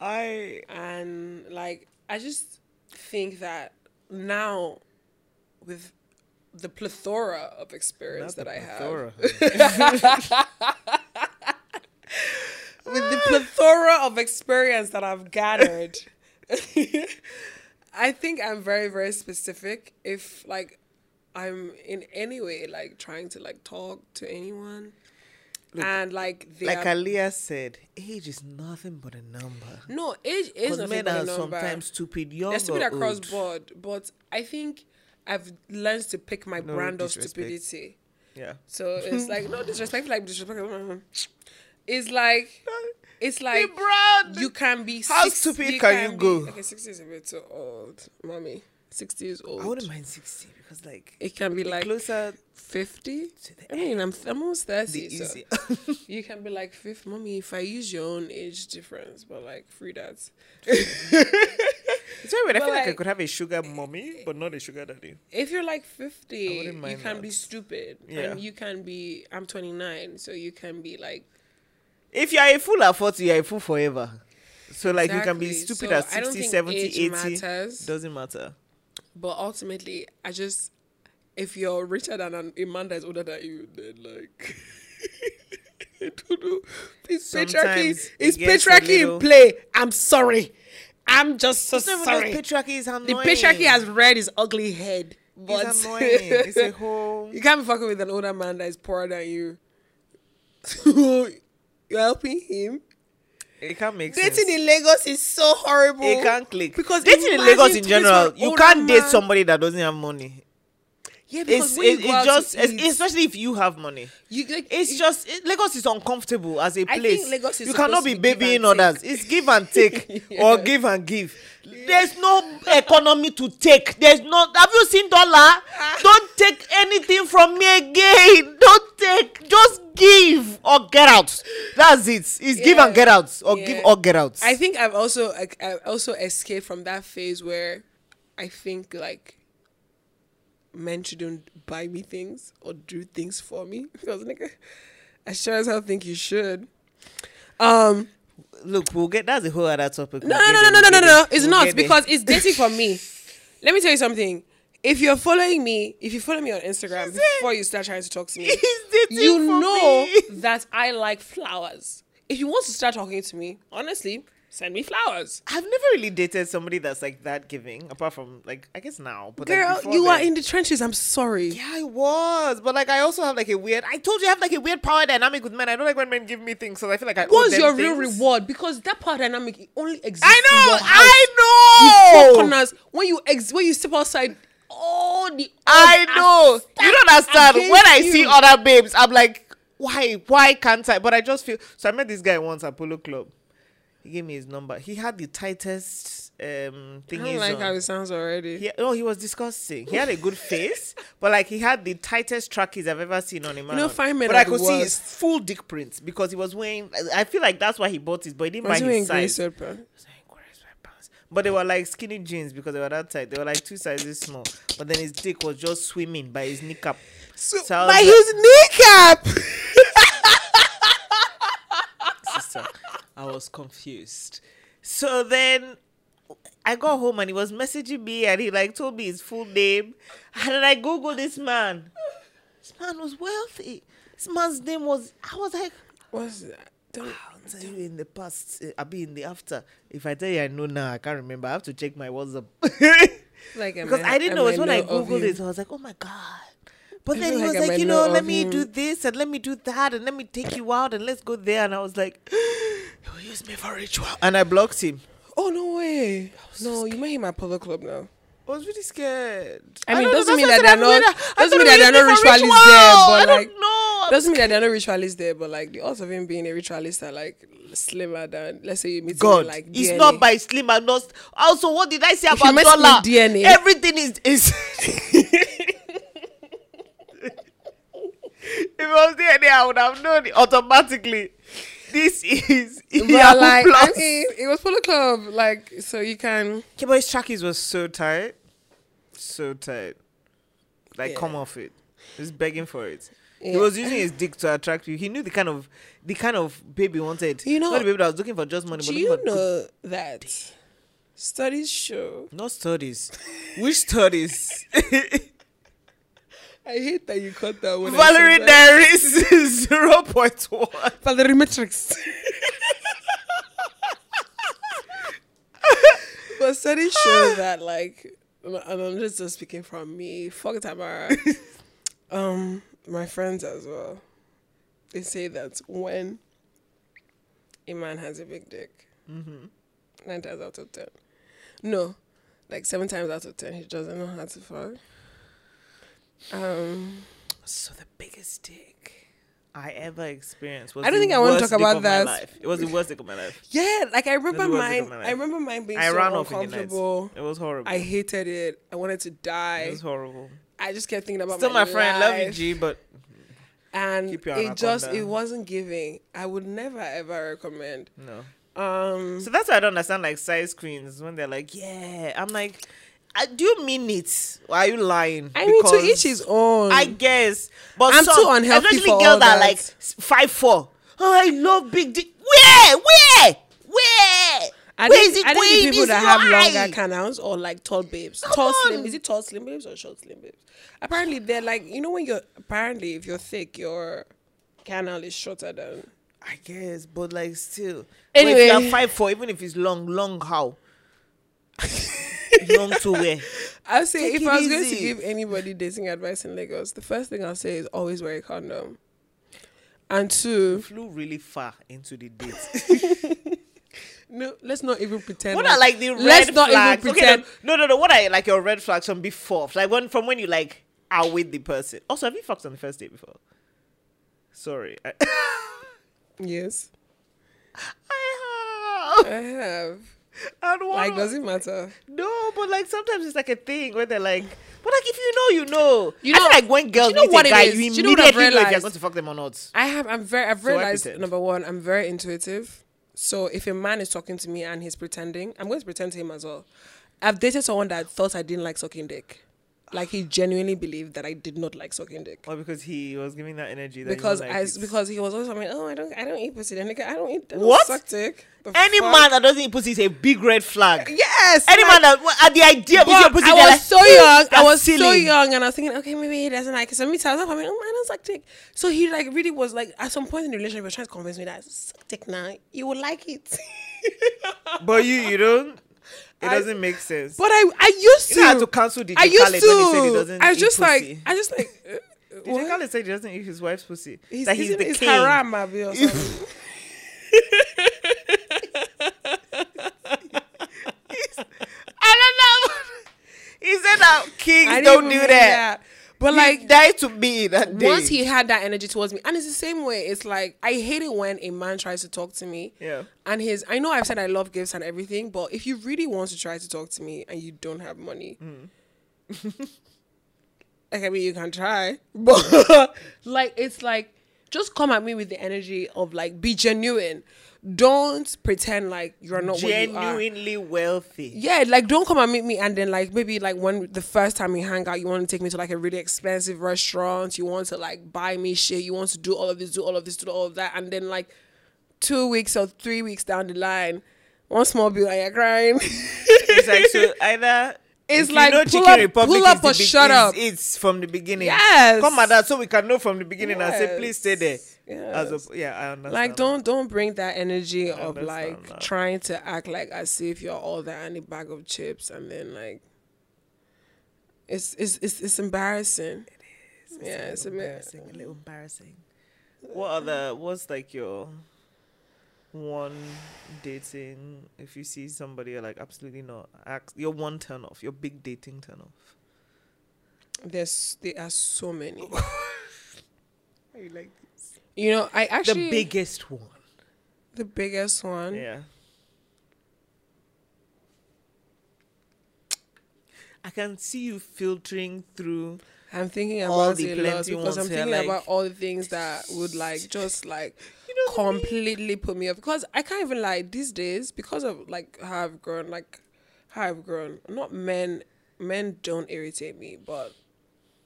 Speaker 2: I
Speaker 1: and like I just think that now with the plethora of experience that I have, with the plethora of experience that I've gathered, I think I'm very very specific. If like I'm in any way like trying to like talk to anyone, and like they
Speaker 2: Like
Speaker 1: are,
Speaker 2: Aliyah said, age is nothing but a number.
Speaker 1: no age is
Speaker 2: Because
Speaker 1: not
Speaker 2: men are sometimes stupid, young
Speaker 1: They're stupid
Speaker 2: or
Speaker 1: across
Speaker 2: old.
Speaker 1: board, but I think I've learned to pick my
Speaker 2: No
Speaker 1: brand of
Speaker 2: disrespect.
Speaker 1: stupidity.
Speaker 2: Yeah.
Speaker 1: So it's like no disrespect, like disrespect. It's like it's like
Speaker 2: brand.
Speaker 1: you can be
Speaker 2: How stupid can you
Speaker 1: be-
Speaker 2: go?
Speaker 1: Okay, sixty is a bit too old, mommy. Sixty is
Speaker 2: I
Speaker 1: old.
Speaker 2: wouldn't mind sixty because like
Speaker 1: It can be like
Speaker 2: closer
Speaker 1: fifty. I mean, I'm I'm almost thirty.
Speaker 2: The
Speaker 1: so
Speaker 2: easy.
Speaker 1: you can be like, fifth, mommy. If I use your own age difference, but like free that.
Speaker 2: it's very weird. I
Speaker 1: But
Speaker 2: feel like, I
Speaker 1: like-
Speaker 2: could have a sugar mommy, but not a sugar daddy.
Speaker 1: If you're like
Speaker 2: I
Speaker 1: fifty,
Speaker 2: wouldn't
Speaker 1: you
Speaker 2: mind
Speaker 1: can
Speaker 2: that.
Speaker 1: be stupid.
Speaker 2: Yeah.
Speaker 1: And you can be. I'm twenty nine, so you can be like.
Speaker 2: If you are a fool at 40, you are a fool forever. So like you can be
Speaker 1: Exactly.
Speaker 2: stupid
Speaker 1: So
Speaker 2: at
Speaker 1: I don't
Speaker 2: 60,
Speaker 1: think
Speaker 2: 70,
Speaker 1: age
Speaker 2: 80.
Speaker 1: matters.
Speaker 2: Doesn't matter.
Speaker 1: But ultimately, I just. If you're richer than an, a man that is older than you, then like. I don't know. It's
Speaker 2: Sometimes
Speaker 1: patriarchy.
Speaker 2: it
Speaker 1: It's
Speaker 2: gets a
Speaker 1: patriarchy
Speaker 2: little-
Speaker 1: in play. I'm sorry. I'm just so
Speaker 2: It's not even
Speaker 1: Oh, sorry.
Speaker 2: just patriarchy is annoying.
Speaker 1: The patriarchy has reared his ugly head. But
Speaker 2: it's annoying. It's a whole
Speaker 1: you can't be fucking with an older man that is poorer than you. So you're helping him.
Speaker 2: it can't make sense.
Speaker 1: Dating in Lagos is so horrible.
Speaker 2: it can't click
Speaker 1: Because
Speaker 2: dating in Lagos
Speaker 1: imagine this
Speaker 2: in
Speaker 1: one
Speaker 2: general, you
Speaker 1: older
Speaker 2: can't date
Speaker 1: man-
Speaker 2: somebody that doesn't have money.
Speaker 1: Yeah, because
Speaker 2: It's
Speaker 1: when you
Speaker 2: it,
Speaker 1: go
Speaker 2: it
Speaker 1: out
Speaker 2: just
Speaker 1: to
Speaker 2: es-
Speaker 1: eat,
Speaker 2: especially if you have money.
Speaker 1: you, like,
Speaker 2: It's just it, Lagos is uncomfortable as a
Speaker 1: I
Speaker 2: place.
Speaker 1: think Lagos is
Speaker 2: you cannot
Speaker 1: supposed
Speaker 2: be
Speaker 1: to be give
Speaker 2: babying
Speaker 1: and
Speaker 2: others. It's give and take
Speaker 1: Yeah.
Speaker 2: or give and give. There's no economy to take. There's not. Have you seen dollar?
Speaker 1: Ah.
Speaker 2: Don't take anything from me again. Don't take. Just give or get out. That's it. It's give
Speaker 1: Yeah.
Speaker 2: and get out or give
Speaker 1: Yeah.
Speaker 2: or get out.
Speaker 1: I think I've also like, I've also escaped from that phase where I think like men shouldn't buy me things or do things for me because nigga, I sure as hell think you should. Um,
Speaker 2: Look, we'll get. That's a whole other topic.
Speaker 1: no,
Speaker 2: We'll
Speaker 1: no,
Speaker 2: get
Speaker 1: no, no, no, no, no,
Speaker 2: there, we'll get
Speaker 1: no.
Speaker 2: there.
Speaker 1: It's
Speaker 2: We'll
Speaker 1: not
Speaker 2: get there.
Speaker 1: because it's dating for me. Let me tell you something. If you're following me, if you follow me on Instagram before you start trying to talk to me,
Speaker 2: It's dating
Speaker 1: you
Speaker 2: for
Speaker 1: know
Speaker 2: me.
Speaker 1: that I like flowers. If you want to start talking to me, honestly, send me flowers.
Speaker 2: I've never really dated somebody that's like that giving, apart from like I guess now. But like,
Speaker 1: Girl,
Speaker 2: before
Speaker 1: you
Speaker 2: then-
Speaker 1: are in the trenches. I'm sorry.
Speaker 2: Yeah, I was, but like I also have like a weird. I told you I have like a weird power dynamic with men. I don't like when men give me things, so I feel like I. owe
Speaker 1: What's
Speaker 2: them
Speaker 1: your real
Speaker 2: things.
Speaker 1: reward? Because that power dynamic it only exists.
Speaker 2: I
Speaker 1: in your house.
Speaker 2: know, I
Speaker 1: Four
Speaker 2: know.
Speaker 1: corners. When you ex- when you step outside, all the
Speaker 2: I
Speaker 1: odds are
Speaker 2: know. You don't understand.
Speaker 1: against
Speaker 2: When I see
Speaker 1: you.
Speaker 2: other babes, I'm like, why? Why can't I? But I just feel. So I met this guy once at Polo Club. He gave me his number. He had the tightest um
Speaker 1: I
Speaker 2: thing.
Speaker 1: don't like how it sounds already.
Speaker 2: He, oh, he was disgusting. He had a good face, but like he had the tightest trackies I've ever seen on a man.
Speaker 1: know,
Speaker 2: on-
Speaker 1: fine men
Speaker 2: but
Speaker 1: are
Speaker 2: I
Speaker 1: the
Speaker 2: could see his
Speaker 1: worst.
Speaker 2: full dick prints because he was wearing. I- I feel like that's why he bought it, but he didn't
Speaker 1: Was
Speaker 2: buy
Speaker 1: you in
Speaker 2: his
Speaker 1: grey
Speaker 2: size.
Speaker 1: serpent?
Speaker 2: He was wearing grey sweatpants. But they were like skinny jeans because they were that tight. They were like two sizes small. But then his dick was just swimming by his kneecap. So I was
Speaker 1: by
Speaker 2: like-
Speaker 1: his kneecap.
Speaker 2: sister. I was confused. So then I got home and he was messaging me and he like told me his full name. And then I Googled this man. This man was wealthy. This man's name was I was like,
Speaker 1: What's that? Don't-
Speaker 2: I'll tell you in the past, I'll be in the after. If I tell you I know now, I can't remember. I have to check my WhatsApp.
Speaker 1: Like am
Speaker 2: because I,
Speaker 1: not-
Speaker 2: didn't
Speaker 1: am
Speaker 2: know. It's when I
Speaker 1: not of
Speaker 2: Googled
Speaker 1: you?
Speaker 2: it, I was like, oh my God. But
Speaker 1: I
Speaker 2: then
Speaker 1: feel
Speaker 2: he
Speaker 1: like
Speaker 2: was
Speaker 1: I'm
Speaker 2: like,
Speaker 1: a
Speaker 2: you
Speaker 1: know
Speaker 2: know, let
Speaker 1: of
Speaker 2: me
Speaker 1: you.
Speaker 2: do this and let me do that and let me take you out and let's go there. And I was like, he will use me for ritual. And I blocked him.
Speaker 1: Oh no way! No, you might hit my polo club now.
Speaker 2: I was really scared.
Speaker 1: I mean,
Speaker 2: don't know,
Speaker 1: doesn't
Speaker 2: that's
Speaker 1: mean
Speaker 2: why I
Speaker 1: that
Speaker 2: said
Speaker 1: they're
Speaker 2: I
Speaker 1: not-
Speaker 2: thought- I
Speaker 1: doesn't
Speaker 2: thought
Speaker 1: mean
Speaker 2: he
Speaker 1: that
Speaker 2: would
Speaker 1: they're
Speaker 2: use
Speaker 1: not
Speaker 2: me for
Speaker 1: rituals there,
Speaker 2: ritual.
Speaker 1: but
Speaker 2: I
Speaker 1: like,
Speaker 2: don't know.
Speaker 1: Doesn't mean that there are no ritualists there, but like the odds of him being a ritualist are like slimmer than let's say you meet
Speaker 2: God,
Speaker 1: him like
Speaker 2: it's
Speaker 1: DNA.
Speaker 2: not by slim and not. Also, what did I say
Speaker 1: If you
Speaker 2: about
Speaker 1: mess with
Speaker 2: dollar?
Speaker 1: DNA.
Speaker 2: Everything is is. if I was DNA, I would have known it automatically. This is
Speaker 1: But
Speaker 2: Yahoo
Speaker 1: like,
Speaker 2: Plus.
Speaker 1: I mean, it was Polo Club, like so you can.
Speaker 2: Yeah, but his trackies was so tight, so tight. Like,
Speaker 1: Yeah.
Speaker 2: come off it. He's begging for it. He
Speaker 1: Yeah.
Speaker 2: was using his dick to attract you. He knew the kind of the kind of baby he wanted.
Speaker 1: You know-
Speaker 2: not the baby that was looking for just money.
Speaker 1: Do
Speaker 2: but
Speaker 1: you
Speaker 2: looking for good-
Speaker 1: know that studies show?
Speaker 2: Not studies. Which studies?
Speaker 1: I hate that you cut that one.
Speaker 2: Valerie Diaries zero point one.
Speaker 1: Valerie Matrix. but studies show that, like, and I'm just, just speaking from me, fuck Tamara, um, my friends as well, they say that when a man has a big dick,
Speaker 2: Mm-hmm.
Speaker 1: nine times out of ten, no, like seven times out of ten, he doesn't know how to fuck. Um,
Speaker 2: So the biggest dick I ever experienced was.
Speaker 1: I don't
Speaker 2: the
Speaker 1: think I wanna
Speaker 2: worst
Speaker 1: talk
Speaker 2: dick
Speaker 1: about
Speaker 2: of my
Speaker 1: that.
Speaker 2: life. It was the worst dick of my life.
Speaker 1: yeah, like I remember
Speaker 2: That's the worst thing
Speaker 1: mine.
Speaker 2: of my life.
Speaker 1: I remember mine being
Speaker 2: I
Speaker 1: so
Speaker 2: ran off in the night.
Speaker 1: uncomfortable.
Speaker 2: It was horrible.
Speaker 1: I hated it. I wanted to
Speaker 2: it
Speaker 1: die.
Speaker 2: was horrible.
Speaker 1: I just kept thinking about
Speaker 2: Still my friend, love you,
Speaker 1: life.
Speaker 2: G, but
Speaker 1: And
Speaker 2: Keep your
Speaker 1: it just
Speaker 2: anaconda.
Speaker 1: it wasn't giving. I would never ever recommend.
Speaker 2: no.
Speaker 1: Um
Speaker 2: So that's why I don't understand like size screens when they're like, yeah. I'm like, I, do you mean it? Or are you lying?
Speaker 1: I mean to
Speaker 2: Because
Speaker 1: each his own.
Speaker 2: I guess, but
Speaker 1: Mm. I'm
Speaker 2: some,
Speaker 1: too unhealthy
Speaker 2: especially
Speaker 1: for
Speaker 2: girls
Speaker 1: all
Speaker 2: that are
Speaker 1: that.
Speaker 2: like five four. Oh, I love big dick. Where? Where? Where?
Speaker 1: I
Speaker 2: Where
Speaker 1: think,
Speaker 2: is it
Speaker 1: I think
Speaker 2: going?
Speaker 1: the people
Speaker 2: It's
Speaker 1: that
Speaker 2: your
Speaker 1: have
Speaker 2: eye.
Speaker 1: longer canals or like tall babes, tall
Speaker 2: on.
Speaker 1: slim. Is it tall slim babes or short slim babes? Apparently, they're like you know when you're apparently if you're thick, your canal is shorter than.
Speaker 2: I guess, but like still.
Speaker 1: Anyway.
Speaker 2: but if you're five four, even if it's long, long how? long to where?
Speaker 1: I'll say
Speaker 2: Take
Speaker 1: if
Speaker 2: it
Speaker 1: I was going
Speaker 2: easy.
Speaker 1: to give anybody dating advice in Lagos, the first thing I'll say is always wear a condom. And two,
Speaker 2: Flew really far into the date.
Speaker 1: no, let's not even pretend.
Speaker 2: What are like the red
Speaker 1: Let's not even
Speaker 2: flags?
Speaker 1: pretend-
Speaker 2: Okay, no, no, no. What are like your red flags from before? Like when from when you like are with the person. Also, have you fucked on the first date before? Sorry, I,
Speaker 1: yes,
Speaker 2: I
Speaker 1: I
Speaker 2: have.
Speaker 1: have.
Speaker 2: And what?
Speaker 1: Like, does it matter?
Speaker 2: no, but like sometimes it's like a thing where they're like, but like if you know, you know.
Speaker 1: You
Speaker 2: I feel
Speaker 1: know-
Speaker 2: like when girls
Speaker 1: do you know
Speaker 2: meet
Speaker 1: what
Speaker 2: a
Speaker 1: it
Speaker 2: guy,
Speaker 1: is?
Speaker 2: you
Speaker 1: Do you know what I've
Speaker 2: immediately know, if you're
Speaker 1: realized?
Speaker 2: going to fuck them or not.
Speaker 1: I have. I'm very. I've
Speaker 2: So I
Speaker 1: realized
Speaker 2: pretend.
Speaker 1: number one, I'm very intuitive. So if a man is talking to me and he's pretending, I'm going to pretend to him as well. I've dated someone that thought I didn't like sucking dick, like he genuinely believed that I did not like sucking dick.
Speaker 2: Or because he was giving that energy. That you
Speaker 1: Because
Speaker 2: don't
Speaker 1: I,
Speaker 2: like it.
Speaker 1: because he was always like, oh, I don't, I don't eat pussy. Then nigga, I don't eat. I don't
Speaker 2: What?
Speaker 1: Suck dick. The
Speaker 2: any
Speaker 1: fuck?
Speaker 2: man that doesn't eat pussy is a big red flag.
Speaker 1: Yes.
Speaker 2: Any
Speaker 1: like-
Speaker 2: man that well, at the idea of
Speaker 1: But
Speaker 2: eating pussy,
Speaker 1: I was
Speaker 2: they're like,
Speaker 1: so young. I
Speaker 2: that's
Speaker 1: was so
Speaker 2: silly.
Speaker 1: young, and I was thinking, okay, maybe he doesn't like it. So me tell him, I mean, oh, I don't suck dick. So he like really was like at some point in the relationship, he was trying to convince me that suck dick now, you will like it.
Speaker 2: But you, you don't. It
Speaker 1: I-
Speaker 2: doesn't make sense.
Speaker 1: But I, I used
Speaker 2: You
Speaker 1: to.
Speaker 2: know how to cancel DJ
Speaker 1: I used
Speaker 2: Khaled when he said he
Speaker 1: to.
Speaker 2: doesn't
Speaker 1: I was
Speaker 2: eat
Speaker 1: just like,
Speaker 2: pussy.
Speaker 1: I just like. uh,
Speaker 2: DJ
Speaker 1: what?
Speaker 2: Khaled said he doesn't eat his wife's pussy.
Speaker 1: He's,
Speaker 2: that he's
Speaker 1: isn't-
Speaker 2: the
Speaker 1: it's
Speaker 2: king.
Speaker 1: haram, abi, or something.
Speaker 2: I don't know. he said that kings
Speaker 1: I didn't
Speaker 2: don't
Speaker 1: even
Speaker 2: do
Speaker 1: mean
Speaker 2: that.
Speaker 1: But
Speaker 2: Like
Speaker 1: like,
Speaker 2: died to be that day.
Speaker 1: once he had that energy towards me and it's the same way it's like i hate it when a man tries to talk to me
Speaker 2: Yeah.
Speaker 1: and his i know i've said i love gifts and everything but if you really want to try to talk to me and you don't have money like i mean you can try but like it's like just come at me with the energy of like be genuine don't pretend like you're not what you are.
Speaker 2: genuinely wealthy.
Speaker 1: Yeah, like don't come and meet me and then like maybe like when the first time you hang out, you want to take me to like a really expensive restaurant, you want to like buy me shit, you want to do all of this, do all of this, do all of that, and then like two weeks or three weeks down the line, one small bill and you're crying.
Speaker 2: It's like so either
Speaker 1: It's
Speaker 2: if you
Speaker 1: like,
Speaker 2: know
Speaker 1: pull
Speaker 2: Chicken
Speaker 1: up-
Speaker 2: Republic
Speaker 1: pull up
Speaker 2: is the
Speaker 1: or
Speaker 2: big-
Speaker 1: shut
Speaker 2: is-
Speaker 1: up.
Speaker 2: It's from the beginning.
Speaker 1: Yes.
Speaker 2: Come at that so we can know from the beginning and say
Speaker 1: Yes.
Speaker 2: please stay there. As
Speaker 1: Yes.
Speaker 2: a, yeah, I understand.
Speaker 1: like don't don't bring that energy of
Speaker 2: understand
Speaker 1: like
Speaker 2: that.
Speaker 1: trying to act like as if you're all that and a bag of chips and then like it's it's it's, it's embarrassing. It is. yeah, it's embarrassing.
Speaker 2: a little embarrassing. What other? What's like your one dating? If you see somebody, you're like absolutely not. Ask, your one turn off. Your big dating turn off.
Speaker 1: There's there are so many.
Speaker 2: you like this?
Speaker 1: You know, I
Speaker 2: The
Speaker 1: actually
Speaker 2: biggest one.
Speaker 1: the biggest one.
Speaker 2: Yeah. I can see you filtering through.
Speaker 1: I'm thinking
Speaker 2: All
Speaker 1: about
Speaker 2: the
Speaker 1: it a lot
Speaker 2: plenty
Speaker 1: because
Speaker 2: ones
Speaker 1: I'm
Speaker 2: here,
Speaker 1: thinking
Speaker 2: like-
Speaker 1: about all the things that would like just like
Speaker 2: You know what I mean?
Speaker 1: completely put me off. Because I can't even lie these days because of like how I've grown, like how I've grown. Not men. Men don't irritate me, but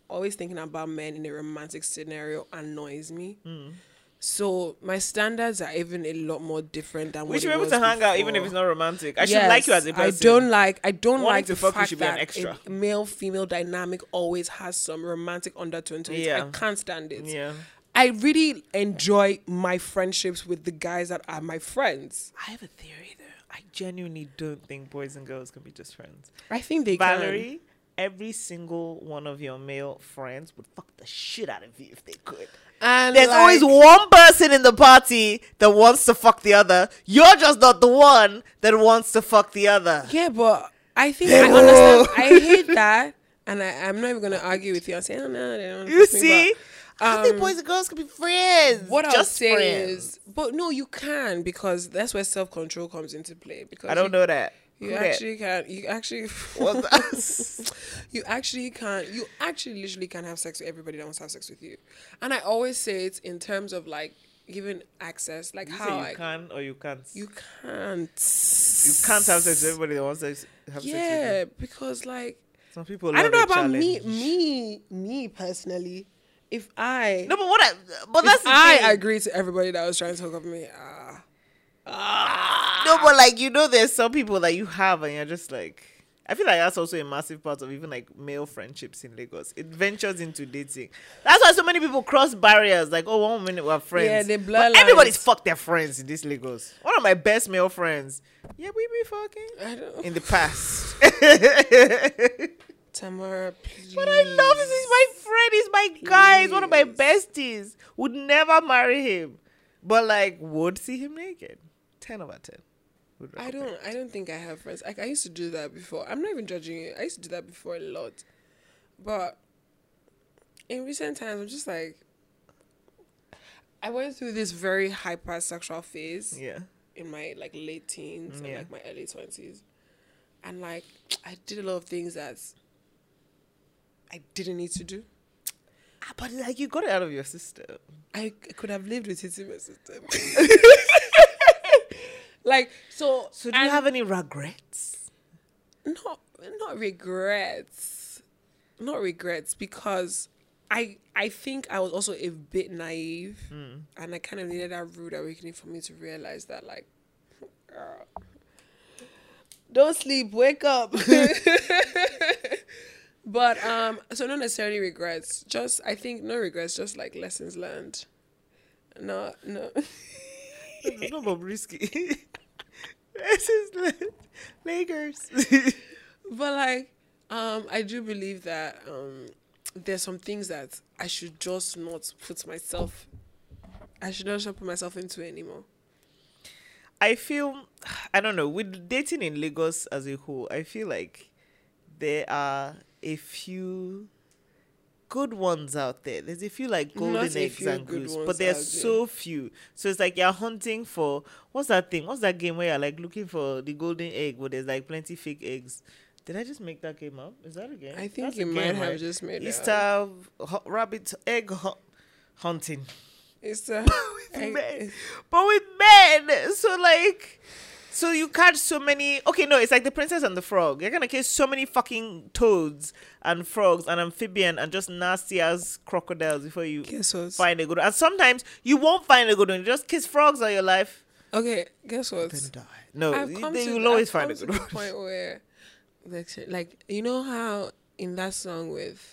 Speaker 1: always thinking about men in a romantic scenario annoys me.
Speaker 2: Hmm.
Speaker 1: So my standards are even a lot more different than
Speaker 2: We
Speaker 1: what
Speaker 2: should
Speaker 1: it
Speaker 2: be able
Speaker 1: was
Speaker 2: to hang out even if
Speaker 1: before.
Speaker 2: it's not romantic. I should like you
Speaker 1: Yes,
Speaker 2: as a person.
Speaker 1: I don't like. I don't
Speaker 2: Wanting
Speaker 1: like
Speaker 2: to
Speaker 1: the
Speaker 2: fuck you
Speaker 1: fact
Speaker 2: should be an
Speaker 1: that
Speaker 2: extra.
Speaker 1: male female dynamic always has some romantic undertone to it.
Speaker 2: Yeah.
Speaker 1: I can't stand it.
Speaker 2: Yeah.
Speaker 1: I really enjoy my friendships with the guys that are my friends.
Speaker 2: I have a theory though. I genuinely don't think boys and girls can be just friends.
Speaker 1: I think they can.
Speaker 2: Valerie, every single one of your male friends would fuck the shit out of you if they could.
Speaker 1: And
Speaker 2: There's
Speaker 1: like-
Speaker 2: always one person in the party that wants to fuck the other. You're just not the one that wants to fuck the other.
Speaker 1: Yeah, but I think I understand. I hate that, and I, I'm not even gonna argue with you. I'm saying, oh, no, they don't.
Speaker 2: You
Speaker 1: fuck me,"
Speaker 2: see?
Speaker 1: but-
Speaker 2: I think boys and girls can be friends.
Speaker 1: Um, What I'll
Speaker 2: just
Speaker 1: say
Speaker 2: friends.
Speaker 1: is, but no, you can because that's where self control comes into play. Because
Speaker 2: I
Speaker 1: you
Speaker 2: don't know that.
Speaker 1: You
Speaker 2: Correct.
Speaker 1: actually can. You actually.
Speaker 2: What's that?
Speaker 1: you actually can. You actually literally can have sex with everybody that wants to have sex with you. And I always say it in terms of like giving access, like
Speaker 2: you
Speaker 1: how
Speaker 2: say
Speaker 1: I,
Speaker 2: you can or you can't.
Speaker 1: you can't.
Speaker 2: You can't have sex with everybody that wants sex. Have sex with
Speaker 1: Yeah, because like
Speaker 2: you. Some people.
Speaker 1: I don't
Speaker 2: love
Speaker 1: know
Speaker 2: a
Speaker 1: about me,
Speaker 2: challenge.
Speaker 1: me, me personally. If I
Speaker 2: No, but what? I, but that's
Speaker 1: if
Speaker 2: the
Speaker 1: I
Speaker 2: thing.
Speaker 1: agree to everybody that was trying to hook up with me, ah, ah.
Speaker 2: No, but like you know, there's some people that you have, and you're just like. I feel like that's also a massive part of even like male friendships in Lagos. It ventures into dating. That's why so many people cross barriers. Like, oh, one minute we're friends.
Speaker 1: Yeah, they blur
Speaker 2: But everybody's
Speaker 1: lines.
Speaker 2: fucked their friends in this Lagos. One of my best male friends. Yeah, we be fucking
Speaker 1: I don't.
Speaker 2: in the past. but
Speaker 1: Tamara, please.
Speaker 2: I love him. He's my friend. He's my guy. He's one of my besties. Would never marry him, but like would see him naked. Ten over ten. Would
Speaker 1: I
Speaker 2: recommend.
Speaker 1: don't. I don't think I have friends. Like I used to do that before. I'm not even judging it. I used to do that before a lot, but in recent times, I'm just like, I went through this very hypersexual phase
Speaker 2: Yeah.
Speaker 1: in my like late teens and
Speaker 2: Yeah.
Speaker 1: like my early twenties, and like I did a lot of things that I didn't need to do.
Speaker 2: Ah, But like you got it out of your system.
Speaker 1: I c- could have lived with it in my system. like so.
Speaker 2: So do you
Speaker 1: and-
Speaker 2: have any regrets?
Speaker 1: not not regrets not regrets because i i think i was also a bit naive and i kind of needed that rude awakening for me to realize that like girl, don't sleep wake up but um so not necessarily regrets just i think no regrets just like lessons learned no no
Speaker 2: It's not Bobrisky. this is La- Lagos.
Speaker 1: but like um i do believe that um there's some things that i should just not put myself i should not put myself into anymore
Speaker 2: I feel I don't know with dating in Lagos as a whole. I feel like there are a few good ones out there. There's a few like golden
Speaker 1: Not a
Speaker 2: eggs
Speaker 1: few
Speaker 2: and
Speaker 1: good
Speaker 2: goose,
Speaker 1: ones
Speaker 2: but there's
Speaker 1: out there.
Speaker 2: so few. So it's like you're hunting for what's that thing? What's that game where you're like looking for the golden egg, but there's like plenty fake eggs. Did I just make that game up? Is that a game?
Speaker 1: i think
Speaker 2: That's a
Speaker 1: you might
Speaker 2: game,
Speaker 1: have
Speaker 2: right?
Speaker 1: just made it up.
Speaker 2: Easter ho- rabbit egg hu- hunting
Speaker 1: Easter.
Speaker 2: with
Speaker 1: I-
Speaker 2: men. But with men, so like, so you catch so many. Okay, no, it's like the princess and the frog. You're gonna catch so many fucking toads and frogs and amphibian and just nasty ass crocodiles before you
Speaker 1: guess what
Speaker 2: find a good one. And sometimes you won't find a good one. You just kiss frogs all your life,
Speaker 1: okay guess what
Speaker 2: then die. No,
Speaker 1: I've
Speaker 2: you,
Speaker 1: come
Speaker 2: then
Speaker 1: to-
Speaker 2: you'll always
Speaker 1: I've
Speaker 2: find a
Speaker 1: come to
Speaker 2: good
Speaker 1: the
Speaker 2: one.
Speaker 1: point where like, like you know how in that song with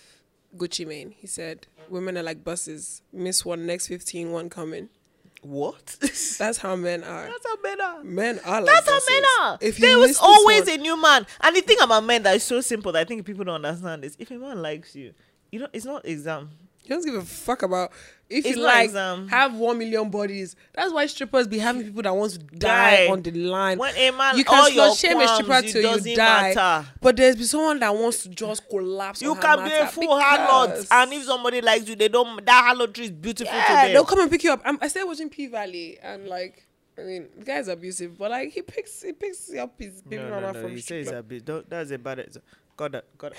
Speaker 1: gucci mane he said women are like buses miss one next 15 one coming
Speaker 2: What? That's
Speaker 1: that's how men are
Speaker 2: how men are.
Speaker 1: men are like
Speaker 2: That's how
Speaker 1: buses.
Speaker 2: men are.
Speaker 1: if you
Speaker 2: there was
Speaker 1: miss this
Speaker 2: always
Speaker 1: one-
Speaker 2: a new man. And the thing about men that is so simple that I think people don't understand is if a man likes you, you know, it's not exam.
Speaker 1: He doesn't give a fuck about if
Speaker 2: It's um,
Speaker 1: you
Speaker 2: not
Speaker 1: like
Speaker 2: exam.
Speaker 1: have one million bodies. That's why strippers be having people that wants to die,
Speaker 2: Die.
Speaker 1: on the line.
Speaker 2: When a man,
Speaker 1: you
Speaker 2: all
Speaker 1: can
Speaker 2: your
Speaker 1: slut shame a stripper
Speaker 2: qualms, it
Speaker 1: till
Speaker 2: doesn't
Speaker 1: you die,
Speaker 2: matter.
Speaker 1: but there's be someone that wants to just collapse.
Speaker 2: You
Speaker 1: on her
Speaker 2: can be a
Speaker 1: matter
Speaker 2: full harlot,
Speaker 1: because-
Speaker 2: and if somebody likes you, they don't. That harlotry is beautiful
Speaker 1: yeah,
Speaker 2: to
Speaker 1: they'll
Speaker 2: them.
Speaker 1: come and pick you up. I'm, I started watching P Valley, and like, I mean, the guy's abusive, but like he picks he picks up his baby mama from stripper.
Speaker 2: bit. Don't, that's a bad. Got that. Got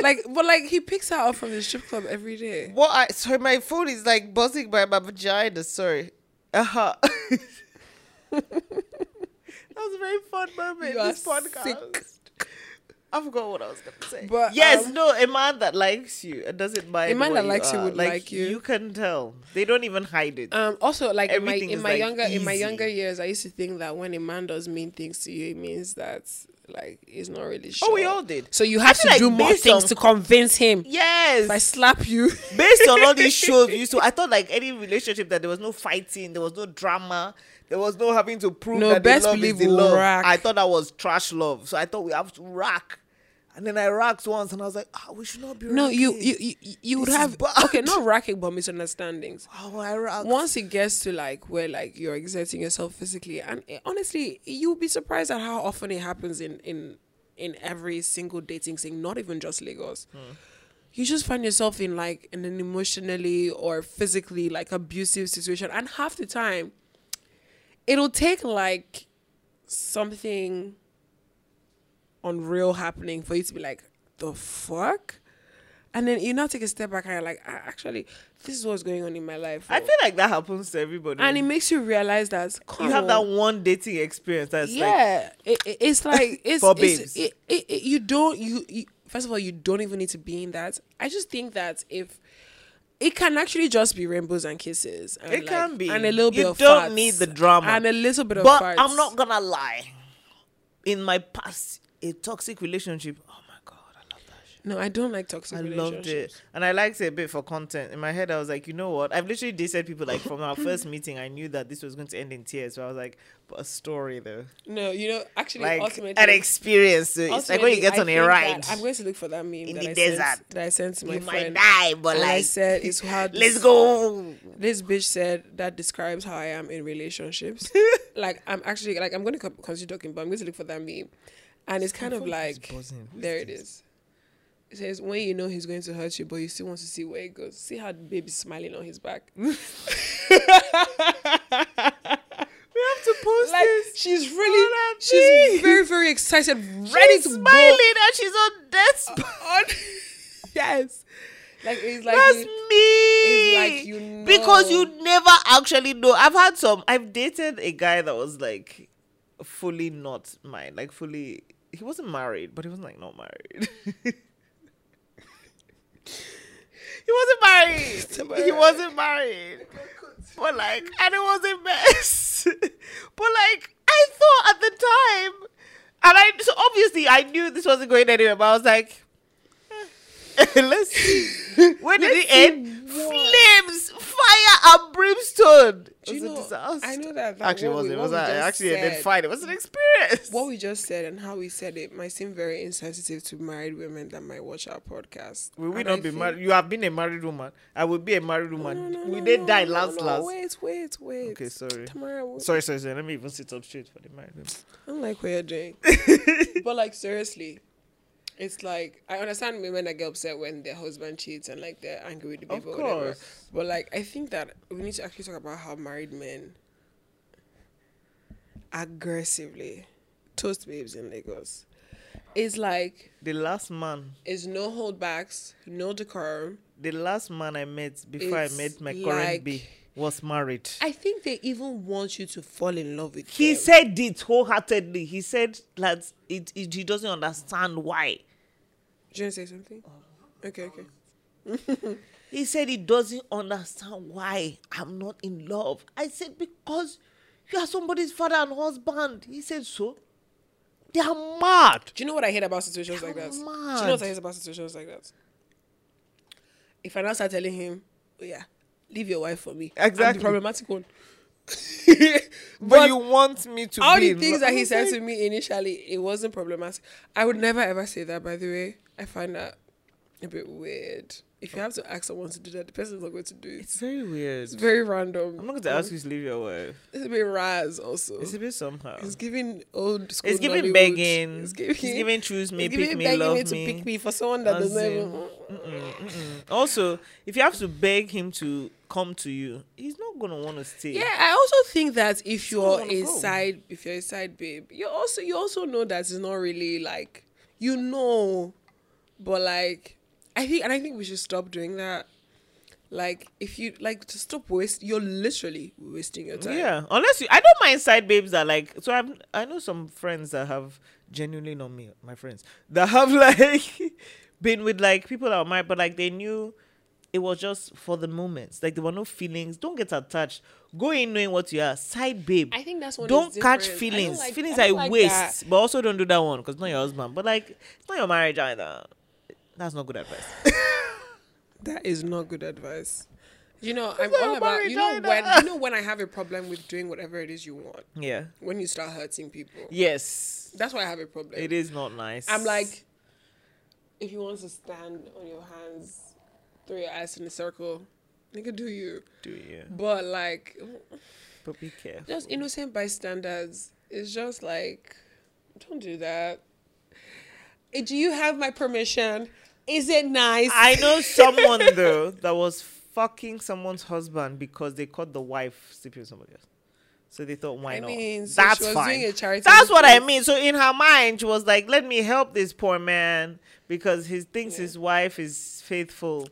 Speaker 1: like, but like he picks her up from the strip club every day.
Speaker 2: What? I, so my phone is like buzzing by my vagina. Sorry. Uh huh. that was a very fun moment.
Speaker 1: You are
Speaker 2: this podcast. I forgot what I was gonna say.
Speaker 1: But,
Speaker 2: yes,
Speaker 1: um,
Speaker 2: no, a man that likes you uh, and doesn't mind.
Speaker 1: A man
Speaker 2: what
Speaker 1: that
Speaker 2: you
Speaker 1: likes you
Speaker 2: are,
Speaker 1: would like you.
Speaker 2: uh, You can tell. They don't even hide it.
Speaker 1: Um, also, like in my
Speaker 2: Everything
Speaker 1: in
Speaker 2: is,
Speaker 1: my
Speaker 2: like,
Speaker 1: younger in my
Speaker 2: easy.
Speaker 1: younger years, I used to think that when a man does mean things to you, it means that like he's not really sure.
Speaker 2: Oh, we all did.
Speaker 1: So you have
Speaker 2: I
Speaker 1: to
Speaker 2: feel like
Speaker 1: do more
Speaker 2: based
Speaker 1: things
Speaker 2: on-
Speaker 1: to convince him.
Speaker 2: Yes.
Speaker 1: If I slap you,
Speaker 2: based on all these shows we used to, I thought like any relationship that there was no fighting, there was no drama, there was no having to prove
Speaker 1: No,
Speaker 2: that the
Speaker 1: best
Speaker 2: love is
Speaker 1: believe
Speaker 2: the
Speaker 1: we'll
Speaker 2: love.
Speaker 1: rack.
Speaker 2: I thought that was trash love, so I thought we have to rack. And then I racked once, and I was like, ah, we should not be.
Speaker 1: no, you
Speaker 2: racking."
Speaker 1: you you, you would
Speaker 2: This is
Speaker 1: have
Speaker 2: bad.
Speaker 1: okay, not racking, but misunderstandings.
Speaker 2: Oh, I racked.
Speaker 1: Once it gets to like where like you're exerting yourself physically, and it- honestly, you'll be surprised at how often it happens in in in every single dating scene, not even just Lagos.
Speaker 2: Hmm.
Speaker 1: you just find yourself in like in an emotionally or physically like abusive situation and half the time it'll take like something unreal happening for you to be like, the fuck? And then you now take a step back and you're like, "Ah, actually, this is what's going on in my life.
Speaker 2: I
Speaker 1: oh."
Speaker 2: feel like that happens to everybody.
Speaker 1: and Oh. it makes you realize that
Speaker 2: you have that one dating experience that's like
Speaker 1: yeah, it, it- it's like it's,
Speaker 2: For babes.
Speaker 1: it's it, it, it, you don't you, you first of all you don't even need to be in that. I just think that if it can actually just be rainbows and kisses, and
Speaker 2: It
Speaker 1: like-
Speaker 2: can be.
Speaker 1: and a little
Speaker 2: You
Speaker 1: bit of
Speaker 2: don't
Speaker 1: farts.
Speaker 2: need the drama.
Speaker 1: and a little bit of
Speaker 2: but
Speaker 1: farts.
Speaker 2: I'm not gonna lie. In my past, a toxic relationship. Oh my god, I love that shit.
Speaker 1: No, I don't like toxic.
Speaker 2: I loved it, and I liked it a bit for content. In my head, I was like, you know what? I've literally dated people like from our first meeting. I knew that this was going to end in tears, so I was like, but a story though,
Speaker 1: No, you know, actually,
Speaker 2: like
Speaker 1: ultimately,
Speaker 2: an experience. So it's like when you
Speaker 1: ultimately,
Speaker 2: get
Speaker 1: I
Speaker 2: on a
Speaker 1: think
Speaker 2: ride,
Speaker 1: that- I'm going to look for that meme
Speaker 2: in
Speaker 1: that
Speaker 2: the
Speaker 1: I
Speaker 2: desert.
Speaker 1: Sent, that I sent to my
Speaker 2: you might
Speaker 1: friend.
Speaker 2: die, but
Speaker 1: and I
Speaker 2: like,
Speaker 1: said, it's hard.
Speaker 2: let's go.
Speaker 1: this bitch said that describes how I am in relationships. like I'm actually like I'm gonna co- continue talking, but I'm going to look for that meme, and it's kind of
Speaker 2: phone is
Speaker 1: like
Speaker 2: buzzing. Who is
Speaker 1: there it
Speaker 2: this?
Speaker 1: is. It says when you know he's going to hurt you, but you still want to see where it goes. See how the baby's smiling on his back.
Speaker 2: We have to post
Speaker 1: like
Speaker 2: this.
Speaker 1: she's
Speaker 2: What
Speaker 1: really,
Speaker 2: a
Speaker 1: she's
Speaker 2: thing.
Speaker 1: very very excited, ready
Speaker 2: She's
Speaker 1: to
Speaker 2: smiling
Speaker 1: go
Speaker 2: and she's on death.
Speaker 1: on. yes, like it's like
Speaker 2: That's
Speaker 1: you-
Speaker 2: me.
Speaker 1: like you
Speaker 2: Because
Speaker 1: know.
Speaker 2: you never actually know. I've had some. I've dated a guy that was like fully not mine. Like fully. He wasn't married, but he wasn't like not married. he wasn't married. He wasn't married. But like, and it was a mess. but like, I thought at the time, and I so obviously I knew this wasn't going anywhere. But I was like, eh, let's see. When did it end? Flames, fire, and brimstone. It
Speaker 1: Do
Speaker 2: was
Speaker 1: you
Speaker 2: a
Speaker 1: know-
Speaker 2: disaster.
Speaker 1: I know that- that
Speaker 2: actually it
Speaker 1: what we-
Speaker 2: wasn't. It
Speaker 1: what
Speaker 2: was
Speaker 1: we
Speaker 2: not- it
Speaker 1: just
Speaker 2: actually ended
Speaker 1: said-
Speaker 2: fine. It was an experience.
Speaker 1: what we just said and how we said it might seem very insensitive to married women that might watch our podcast.
Speaker 2: Will we
Speaker 1: And I
Speaker 2: not be
Speaker 1: think-
Speaker 2: married? You have been a married woman. I will be a married woman.
Speaker 1: No, no,
Speaker 2: we
Speaker 1: no,
Speaker 2: did
Speaker 1: no,
Speaker 2: die
Speaker 1: no,
Speaker 2: last
Speaker 1: no,
Speaker 2: last.
Speaker 1: Wait, wait, wait.
Speaker 2: Okay, sorry.
Speaker 1: Tamara, we-
Speaker 2: Sorry, sorry, sorry. Let me even sit up straight for the married women.
Speaker 1: I don't like what you're doing. but like seriously, it's like I understand women that get upset when their husband cheats and like they're angry with the
Speaker 2: Of
Speaker 1: people. or whatever.
Speaker 2: course.
Speaker 1: But like I think that we need to actually talk about how married men aggressively toast babes in Lagos. It's like
Speaker 2: The last man
Speaker 1: it's no holdbacks, no decorum.
Speaker 2: the last man I met before
Speaker 1: It's
Speaker 2: I met my
Speaker 1: like-
Speaker 2: current B was married.
Speaker 1: I think they even want you to fall in love with
Speaker 2: He
Speaker 1: them.
Speaker 2: said it wholeheartedly. He said that it, it he doesn't understand why.
Speaker 1: Do you want to say something? Okay, okay.
Speaker 2: He said he doesn't understand why I'm not in love. I said because you are somebody's father and husband. He said so. They are mad.
Speaker 1: Do you know what I hate about situations like that? Do you know what I
Speaker 2: mad.
Speaker 1: hate about situations like that? If I now start telling him, oh, yeah, leave your wife for me. I'm the
Speaker 2: Exactly.
Speaker 1: problematic one.
Speaker 2: But,
Speaker 1: But
Speaker 2: you want me to
Speaker 1: all
Speaker 2: be
Speaker 1: the
Speaker 2: in
Speaker 1: things
Speaker 2: love.
Speaker 1: that
Speaker 2: I
Speaker 1: he
Speaker 2: was
Speaker 1: said
Speaker 2: like,
Speaker 1: to me initially, it wasn't problematic. I would never ever say that, by the way. I find that a bit weird. If you have to ask someone to do that, the person's not going to do it.
Speaker 2: It's very weird.
Speaker 1: It's very random.
Speaker 2: I'm not going to ask you to leave your wife.
Speaker 1: It's a bit raz also.
Speaker 2: It's a bit somehow.
Speaker 1: It's giving old school.
Speaker 2: It's giving
Speaker 1: Nollywood.
Speaker 2: begging.
Speaker 1: It's giving.
Speaker 2: It's giving choose me,
Speaker 1: it's
Speaker 2: pick
Speaker 1: giving
Speaker 2: me,
Speaker 1: begging
Speaker 2: love
Speaker 1: me to
Speaker 2: me.
Speaker 1: pick me for someone that doesn't
Speaker 2: As in,
Speaker 1: even.
Speaker 2: Mm. Also, if you have to beg him to come to you, he's not gonna want to stay.
Speaker 1: Yeah, I also think that if you're
Speaker 2: wanna
Speaker 1: a
Speaker 2: go.
Speaker 1: side, if you're a side babe, you also you also know that it's not really like you know, but like I think and I think we should stop doing that. Like if you like to stop waste, you're literally wasting your time.
Speaker 2: Yeah, unless you, I don't mind side babes that like. So I'm, I know some friends that have genuinely not me, my friends that have like been with like people that are married, but like they knew it was just for the moments. Like there were no feelings. Don't get attached. Go in knowing what you are. Side babe.
Speaker 1: I think that's one is
Speaker 2: Don't
Speaker 1: different.
Speaker 2: catch
Speaker 1: I don't
Speaker 2: feelings.
Speaker 1: like-
Speaker 2: feelings
Speaker 1: I
Speaker 2: I,
Speaker 1: don't like
Speaker 2: waste,
Speaker 1: that.
Speaker 2: but also don't do that one because not your husband. But like it's not your marriage either. That's not good advice.
Speaker 1: That is not good advice. You know, I'm
Speaker 2: like
Speaker 1: all
Speaker 2: a
Speaker 1: about you know
Speaker 2: marriage
Speaker 1: when
Speaker 2: either.
Speaker 1: you know when I have a problem with doing whatever it is you want.
Speaker 2: yeah.
Speaker 1: When you start hurting people.
Speaker 2: Yes.
Speaker 1: That's why I have a problem.
Speaker 2: It is not nice.
Speaker 1: I'm like, if you want to stand on your hands, throw your eyes in a circle, nigga, do you?
Speaker 2: do you?
Speaker 1: But like,
Speaker 2: But be careful.
Speaker 1: just innocent bystanders. It's just like, don't do that. Eh, Do you have my permission? Is it nice?
Speaker 2: I know someone though that was fucking someone's husband because they caught the wife sleeping with somebody else. So they thought, why
Speaker 1: I
Speaker 2: not?
Speaker 1: mean, so
Speaker 2: That's
Speaker 1: she was
Speaker 2: fine.
Speaker 1: doing a charitable
Speaker 2: That's what I
Speaker 1: thing.
Speaker 2: mean. So in her mind, she was like, "Let me help this poor man because he thinks his wife is faithful."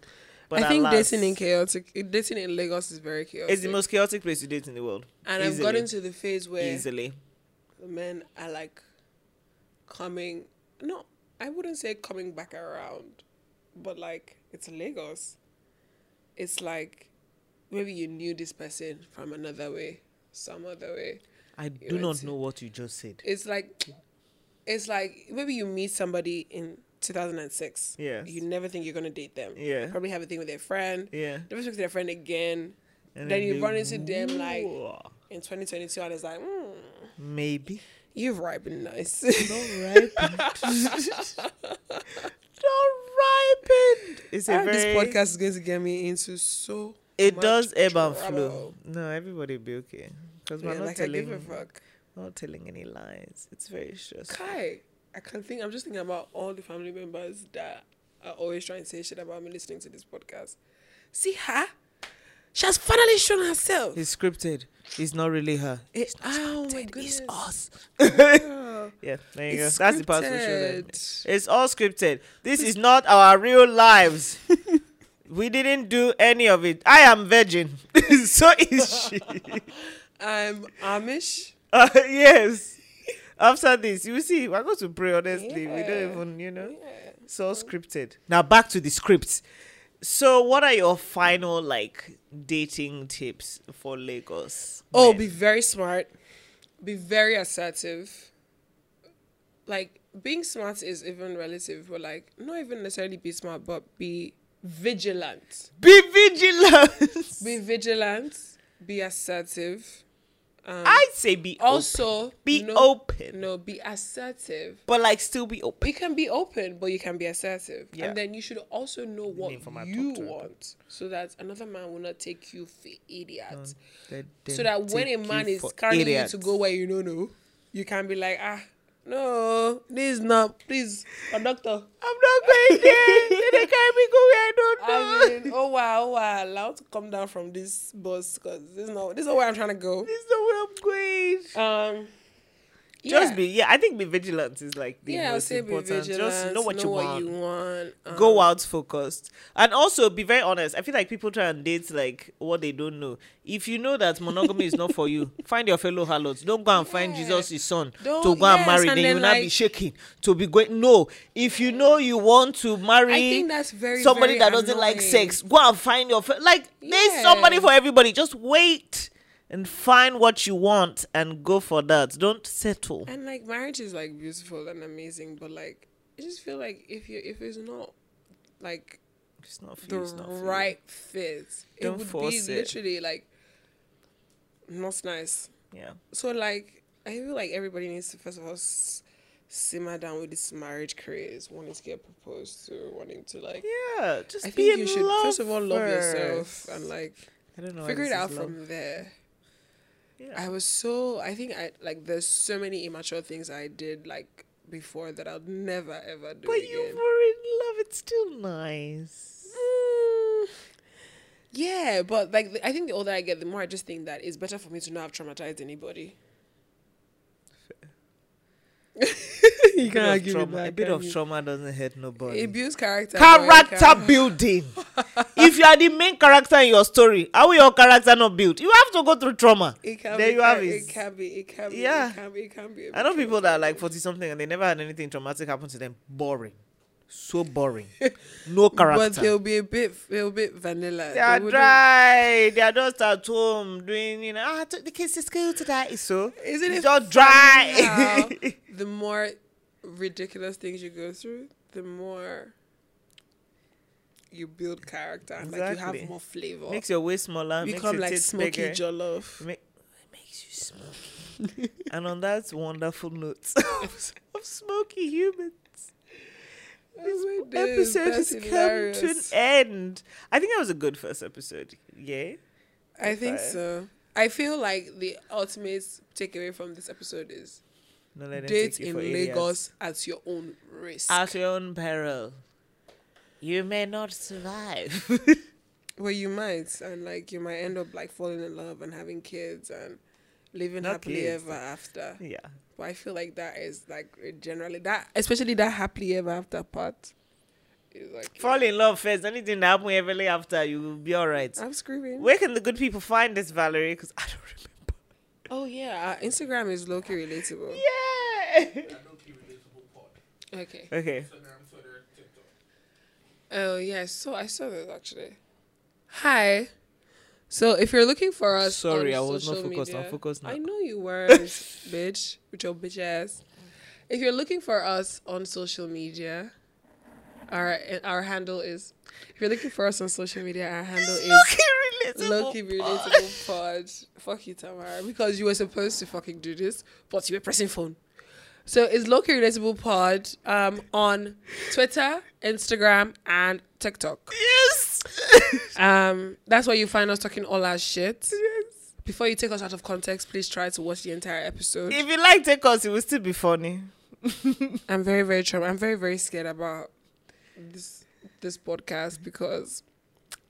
Speaker 2: But
Speaker 1: I think
Speaker 2: alas,
Speaker 1: dating in chaotic, dating in Lagos is very chaotic.
Speaker 2: is the most chaotic place to date in the world.
Speaker 1: and I've
Speaker 2: Easily.
Speaker 1: gotten to the phase where
Speaker 2: easily.
Speaker 1: the men are like coming. No, I wouldn't say coming back around, but like it's Lagos. It's like maybe you knew this person from another way, some other way.
Speaker 2: I
Speaker 1: You
Speaker 2: do
Speaker 1: would
Speaker 2: not
Speaker 1: see.
Speaker 2: know what you just said.
Speaker 1: It's like, it's like maybe you meet somebody in 2006.
Speaker 2: Yes.
Speaker 1: You never think you're gonna date them.
Speaker 2: Yeah.
Speaker 1: Probably have a thing with their friend.
Speaker 2: Yeah.
Speaker 1: Never speak to their friend again.
Speaker 2: And
Speaker 1: then you
Speaker 2: they-
Speaker 1: run into them like
Speaker 2: Whoa.
Speaker 1: in 2022, and it's like, mm,
Speaker 2: maybe.
Speaker 1: you've ripened nice.
Speaker 2: Not ripened. It's a
Speaker 1: Ah,
Speaker 2: very.
Speaker 1: This podcast is going to get me into so.
Speaker 2: it
Speaker 1: much
Speaker 2: does ebb and flow.
Speaker 1: trouble.
Speaker 2: No, everybody be okay because we're
Speaker 1: Yeah,
Speaker 2: not
Speaker 1: like I give a
Speaker 2: telling
Speaker 1: fuck.
Speaker 2: not telling any lies. It's very stressful.
Speaker 1: Kai, I can think. I'm just thinking about all the family members that are always trying to say shit about me listening to this podcast. See her. She has finally shown herself.
Speaker 2: It's scripted. It's not really her.
Speaker 1: It- oh my
Speaker 2: It's
Speaker 1: goodness.
Speaker 2: us.
Speaker 1: Girl,
Speaker 2: Yeah, there you
Speaker 1: It's
Speaker 2: go. That's the part we show them.
Speaker 1: scripted.
Speaker 2: It's all scripted. This is not our real lives. we didn't do any of it. I am virgin. so is she.
Speaker 1: I'm Amish.
Speaker 2: Uh, yes. After this, you see, we're going to pray, honestly. We
Speaker 1: Yeah.
Speaker 2: don't even, you know.
Speaker 1: Oh, Yeah.
Speaker 2: It's all scripted. Now back to the script. So, what are your final like dating tips for Lagos?
Speaker 1: Oh,
Speaker 2: men?
Speaker 1: be very smart. Be very assertive. Like being smart is even relative, but like not even necessarily be smart, but be vigilant.
Speaker 2: be vigilant.
Speaker 1: Be vigilant. Be assertive. Um,
Speaker 2: I'd say be also
Speaker 1: also
Speaker 2: be
Speaker 1: no-
Speaker 2: open.
Speaker 1: No, be assertive.
Speaker 2: but like still be open.
Speaker 1: You can be open, but you can be assertive,
Speaker 2: Yeah.
Speaker 1: and then you should also know what
Speaker 2: mean for my
Speaker 1: you
Speaker 2: top to-
Speaker 1: want, so that another man will not take you for idiot.
Speaker 2: They
Speaker 1: so
Speaker 2: don't
Speaker 1: that when a
Speaker 2: take
Speaker 1: man
Speaker 2: you
Speaker 1: is
Speaker 2: for
Speaker 1: carrying you
Speaker 2: idiots.
Speaker 1: to go where you don't know, you can be like, ah, no, this is not, please, conductor.
Speaker 2: I'm not going there. Then they carry me go where I don't know.
Speaker 1: I mean, oh wow, oh wow, allowed to come down from this bus because this is not, this is not where I'm trying to go.
Speaker 2: this is not where I'm going.
Speaker 1: Um,
Speaker 2: Just be yeah. I think be vigilant is like the
Speaker 1: yeah, I'll
Speaker 2: most
Speaker 1: say be
Speaker 2: important.
Speaker 1: vigilant.
Speaker 2: Just know what you want.
Speaker 1: want, um,
Speaker 2: go out focused and also be very honest i feel like people try and date like what they don't know if you know that monogamy is not for you find your fellow harlots don't go and find
Speaker 1: Yeah.
Speaker 2: jesus his son to
Speaker 1: Don't-
Speaker 2: go and
Speaker 1: yes,
Speaker 2: marry
Speaker 1: and
Speaker 2: then you
Speaker 1: then,
Speaker 2: will not be
Speaker 1: like-
Speaker 2: shaking to be going no if you know you want to marry
Speaker 1: I think that's very
Speaker 2: somebody
Speaker 1: very
Speaker 2: that doesn't like
Speaker 1: annoying.
Speaker 2: sex go and find your fe- like there's somebody
Speaker 1: Yeah.
Speaker 2: for everybody just wait and find what you want and go for that don't settle
Speaker 1: And like marriage is like beautiful and amazing, but like I just feel like if you if it's not like
Speaker 2: it's not for
Speaker 1: the
Speaker 2: you, it's not for you.
Speaker 1: right fit. It
Speaker 2: Don't
Speaker 1: would
Speaker 2: force
Speaker 1: be
Speaker 2: it.
Speaker 1: literally like not nice.
Speaker 2: yeah
Speaker 1: So like I feel like everybody needs to first of all s- simmer down with this marriage craze, wanting to get proposed to, wanting to like.
Speaker 2: yeah just
Speaker 1: I
Speaker 2: be
Speaker 1: think
Speaker 2: in
Speaker 1: you should
Speaker 2: love
Speaker 1: first of all love
Speaker 2: first.
Speaker 1: yourself and like
Speaker 2: I don't know. why
Speaker 1: figure it out
Speaker 2: this is love.
Speaker 1: from there.
Speaker 2: Yeah.
Speaker 1: I was so I think I like there's so many immature things I did like before that I'll never ever do
Speaker 2: But
Speaker 1: again.
Speaker 2: you were in love. It's still nice.
Speaker 1: Mm, yeah, but like the- I think the older I get, the more I just think that it's better for me to not have traumatized anybody. you
Speaker 2: A bit, of trauma, a bit of trauma doesn't hurt nobody.
Speaker 1: It builds character.
Speaker 2: Character
Speaker 1: Monica.
Speaker 2: building. if you are the main character in your story, how will your character not build? You have to go through trauma.
Speaker 1: It can
Speaker 2: there
Speaker 1: be,
Speaker 2: you have
Speaker 1: it.
Speaker 2: it.
Speaker 1: can be. It can be.
Speaker 2: Yeah.
Speaker 1: It can be. It can be. a
Speaker 2: I know
Speaker 1: bit
Speaker 2: people that are like 40 something and they never had anything traumatic happen to them. Boring. So boring. No
Speaker 1: traumatic.
Speaker 2: character.
Speaker 1: But they'll be a bit. They'll be a bit vanilla.
Speaker 2: they are
Speaker 1: wouldn't-
Speaker 2: dry. They are just at home doing, you know, ah, I took the kids to school today. So
Speaker 1: Isn't it
Speaker 2: just
Speaker 1: funny how
Speaker 2: dry?
Speaker 1: the more ridiculous things you go through, the more you build character and like you
Speaker 2: Exactly.
Speaker 1: have more flavor.
Speaker 2: makes your waist smaller.
Speaker 1: You
Speaker 2: Makes
Speaker 1: Oh. become
Speaker 2: your
Speaker 1: like
Speaker 2: tits
Speaker 1: smoky
Speaker 2: bigger.
Speaker 1: jollof.
Speaker 2: Ma- it makes you smoky. and on that wonderful note of smoky humans, this
Speaker 1: Oh my days,
Speaker 2: episode
Speaker 1: that's
Speaker 2: has come to an
Speaker 1: hilarious.
Speaker 2: end. I think that was a good first episode. Yeah.
Speaker 1: I think
Speaker 2: Fine.
Speaker 1: so. I feel like the ultimate takeaway from this episode is
Speaker 2: No, let them
Speaker 1: date
Speaker 2: take you
Speaker 1: in
Speaker 2: for idiots.
Speaker 1: Lagos at your own risk.
Speaker 2: At your own peril. You may not survive.
Speaker 1: Well, you might, and like you might end up like falling in love and having kids, and living
Speaker 2: Not
Speaker 1: happily
Speaker 2: kids.
Speaker 1: ever after.
Speaker 2: Yeah.
Speaker 1: But I feel like that is like uh, generally that, especially that happily ever after part. Is like
Speaker 2: Fall in love first. Anything that happens heavily after, you will be all right.
Speaker 1: I'm screaming.
Speaker 2: Where can the good people find this, Valerie? Because I don't remember.
Speaker 1: Oh yeah, our Instagram is low key relatable.
Speaker 2: Yeah.
Speaker 1: Okay.
Speaker 2: okay.
Speaker 1: Oh yeah, so I saw this actually. Hi. So if you're looking for us,
Speaker 2: Sorry,
Speaker 1: on
Speaker 2: I was not
Speaker 1: social
Speaker 2: focused. I'm
Speaker 1: media-
Speaker 2: focused now.
Speaker 1: I know you weren't, bitch, with your bitch ass. If you're looking for us on social media, our our handle is. If you're looking for us on social media, our handle is
Speaker 2: Lucky relatable.
Speaker 1: Lucky
Speaker 2: pod.
Speaker 1: Relatable Pod. Fuck you, Tamara, because you were supposed to fucking do this, but you were pressing phone. So it's Lucky Relatable Pod um, on Twitter, Instagram, and TikTok.
Speaker 2: Yes.
Speaker 1: Um, that's where you find us talking all our shit.
Speaker 2: yes.
Speaker 1: Before you take us out of context, please try to watch the entire episode.
Speaker 2: If you like, take us. It will still be funny.
Speaker 1: I'm very, very troubled. I'm very, very scared about this this podcast because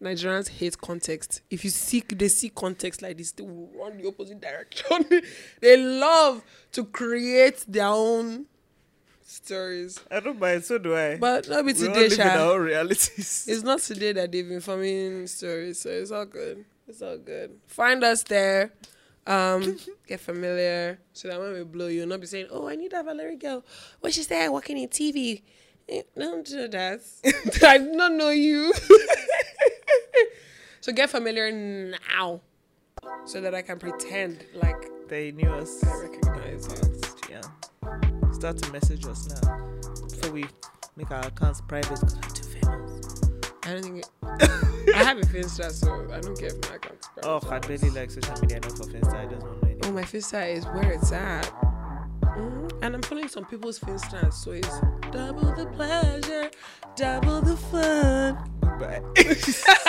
Speaker 1: Nigerians hate context. If you seek, they see context like this, they will run the opposite direction. they love to create their own stories.
Speaker 2: I don't mind. So do I.
Speaker 1: But not be
Speaker 2: we all
Speaker 1: today,
Speaker 2: live in
Speaker 1: Sha.
Speaker 2: our own realities.
Speaker 1: It's not today that they've been forming stories, so it's all good. It's all good. Find us there. Um, get familiar so that when we blow, you'll not be saying, "Oh, I need that Valerie girl. What she said working in TV." Eh, Don't do that. I do not know you. so get familiar now, so that I can pretend like
Speaker 2: they knew us.
Speaker 1: I recognize you.
Speaker 2: Yeah. Start to message us now. Before we make our accounts private because we're too famous.
Speaker 1: I don't think I have a Finsta, so I don't care if my account's private.
Speaker 2: Oh, I barely like social media enough for Insta. I just don't know
Speaker 1: Oh,
Speaker 2: anything.
Speaker 1: my Finsta is where it's at. Mhm. And I'm following some people's Finsta, so it's double the pleasure, double the fun.
Speaker 2: Bye.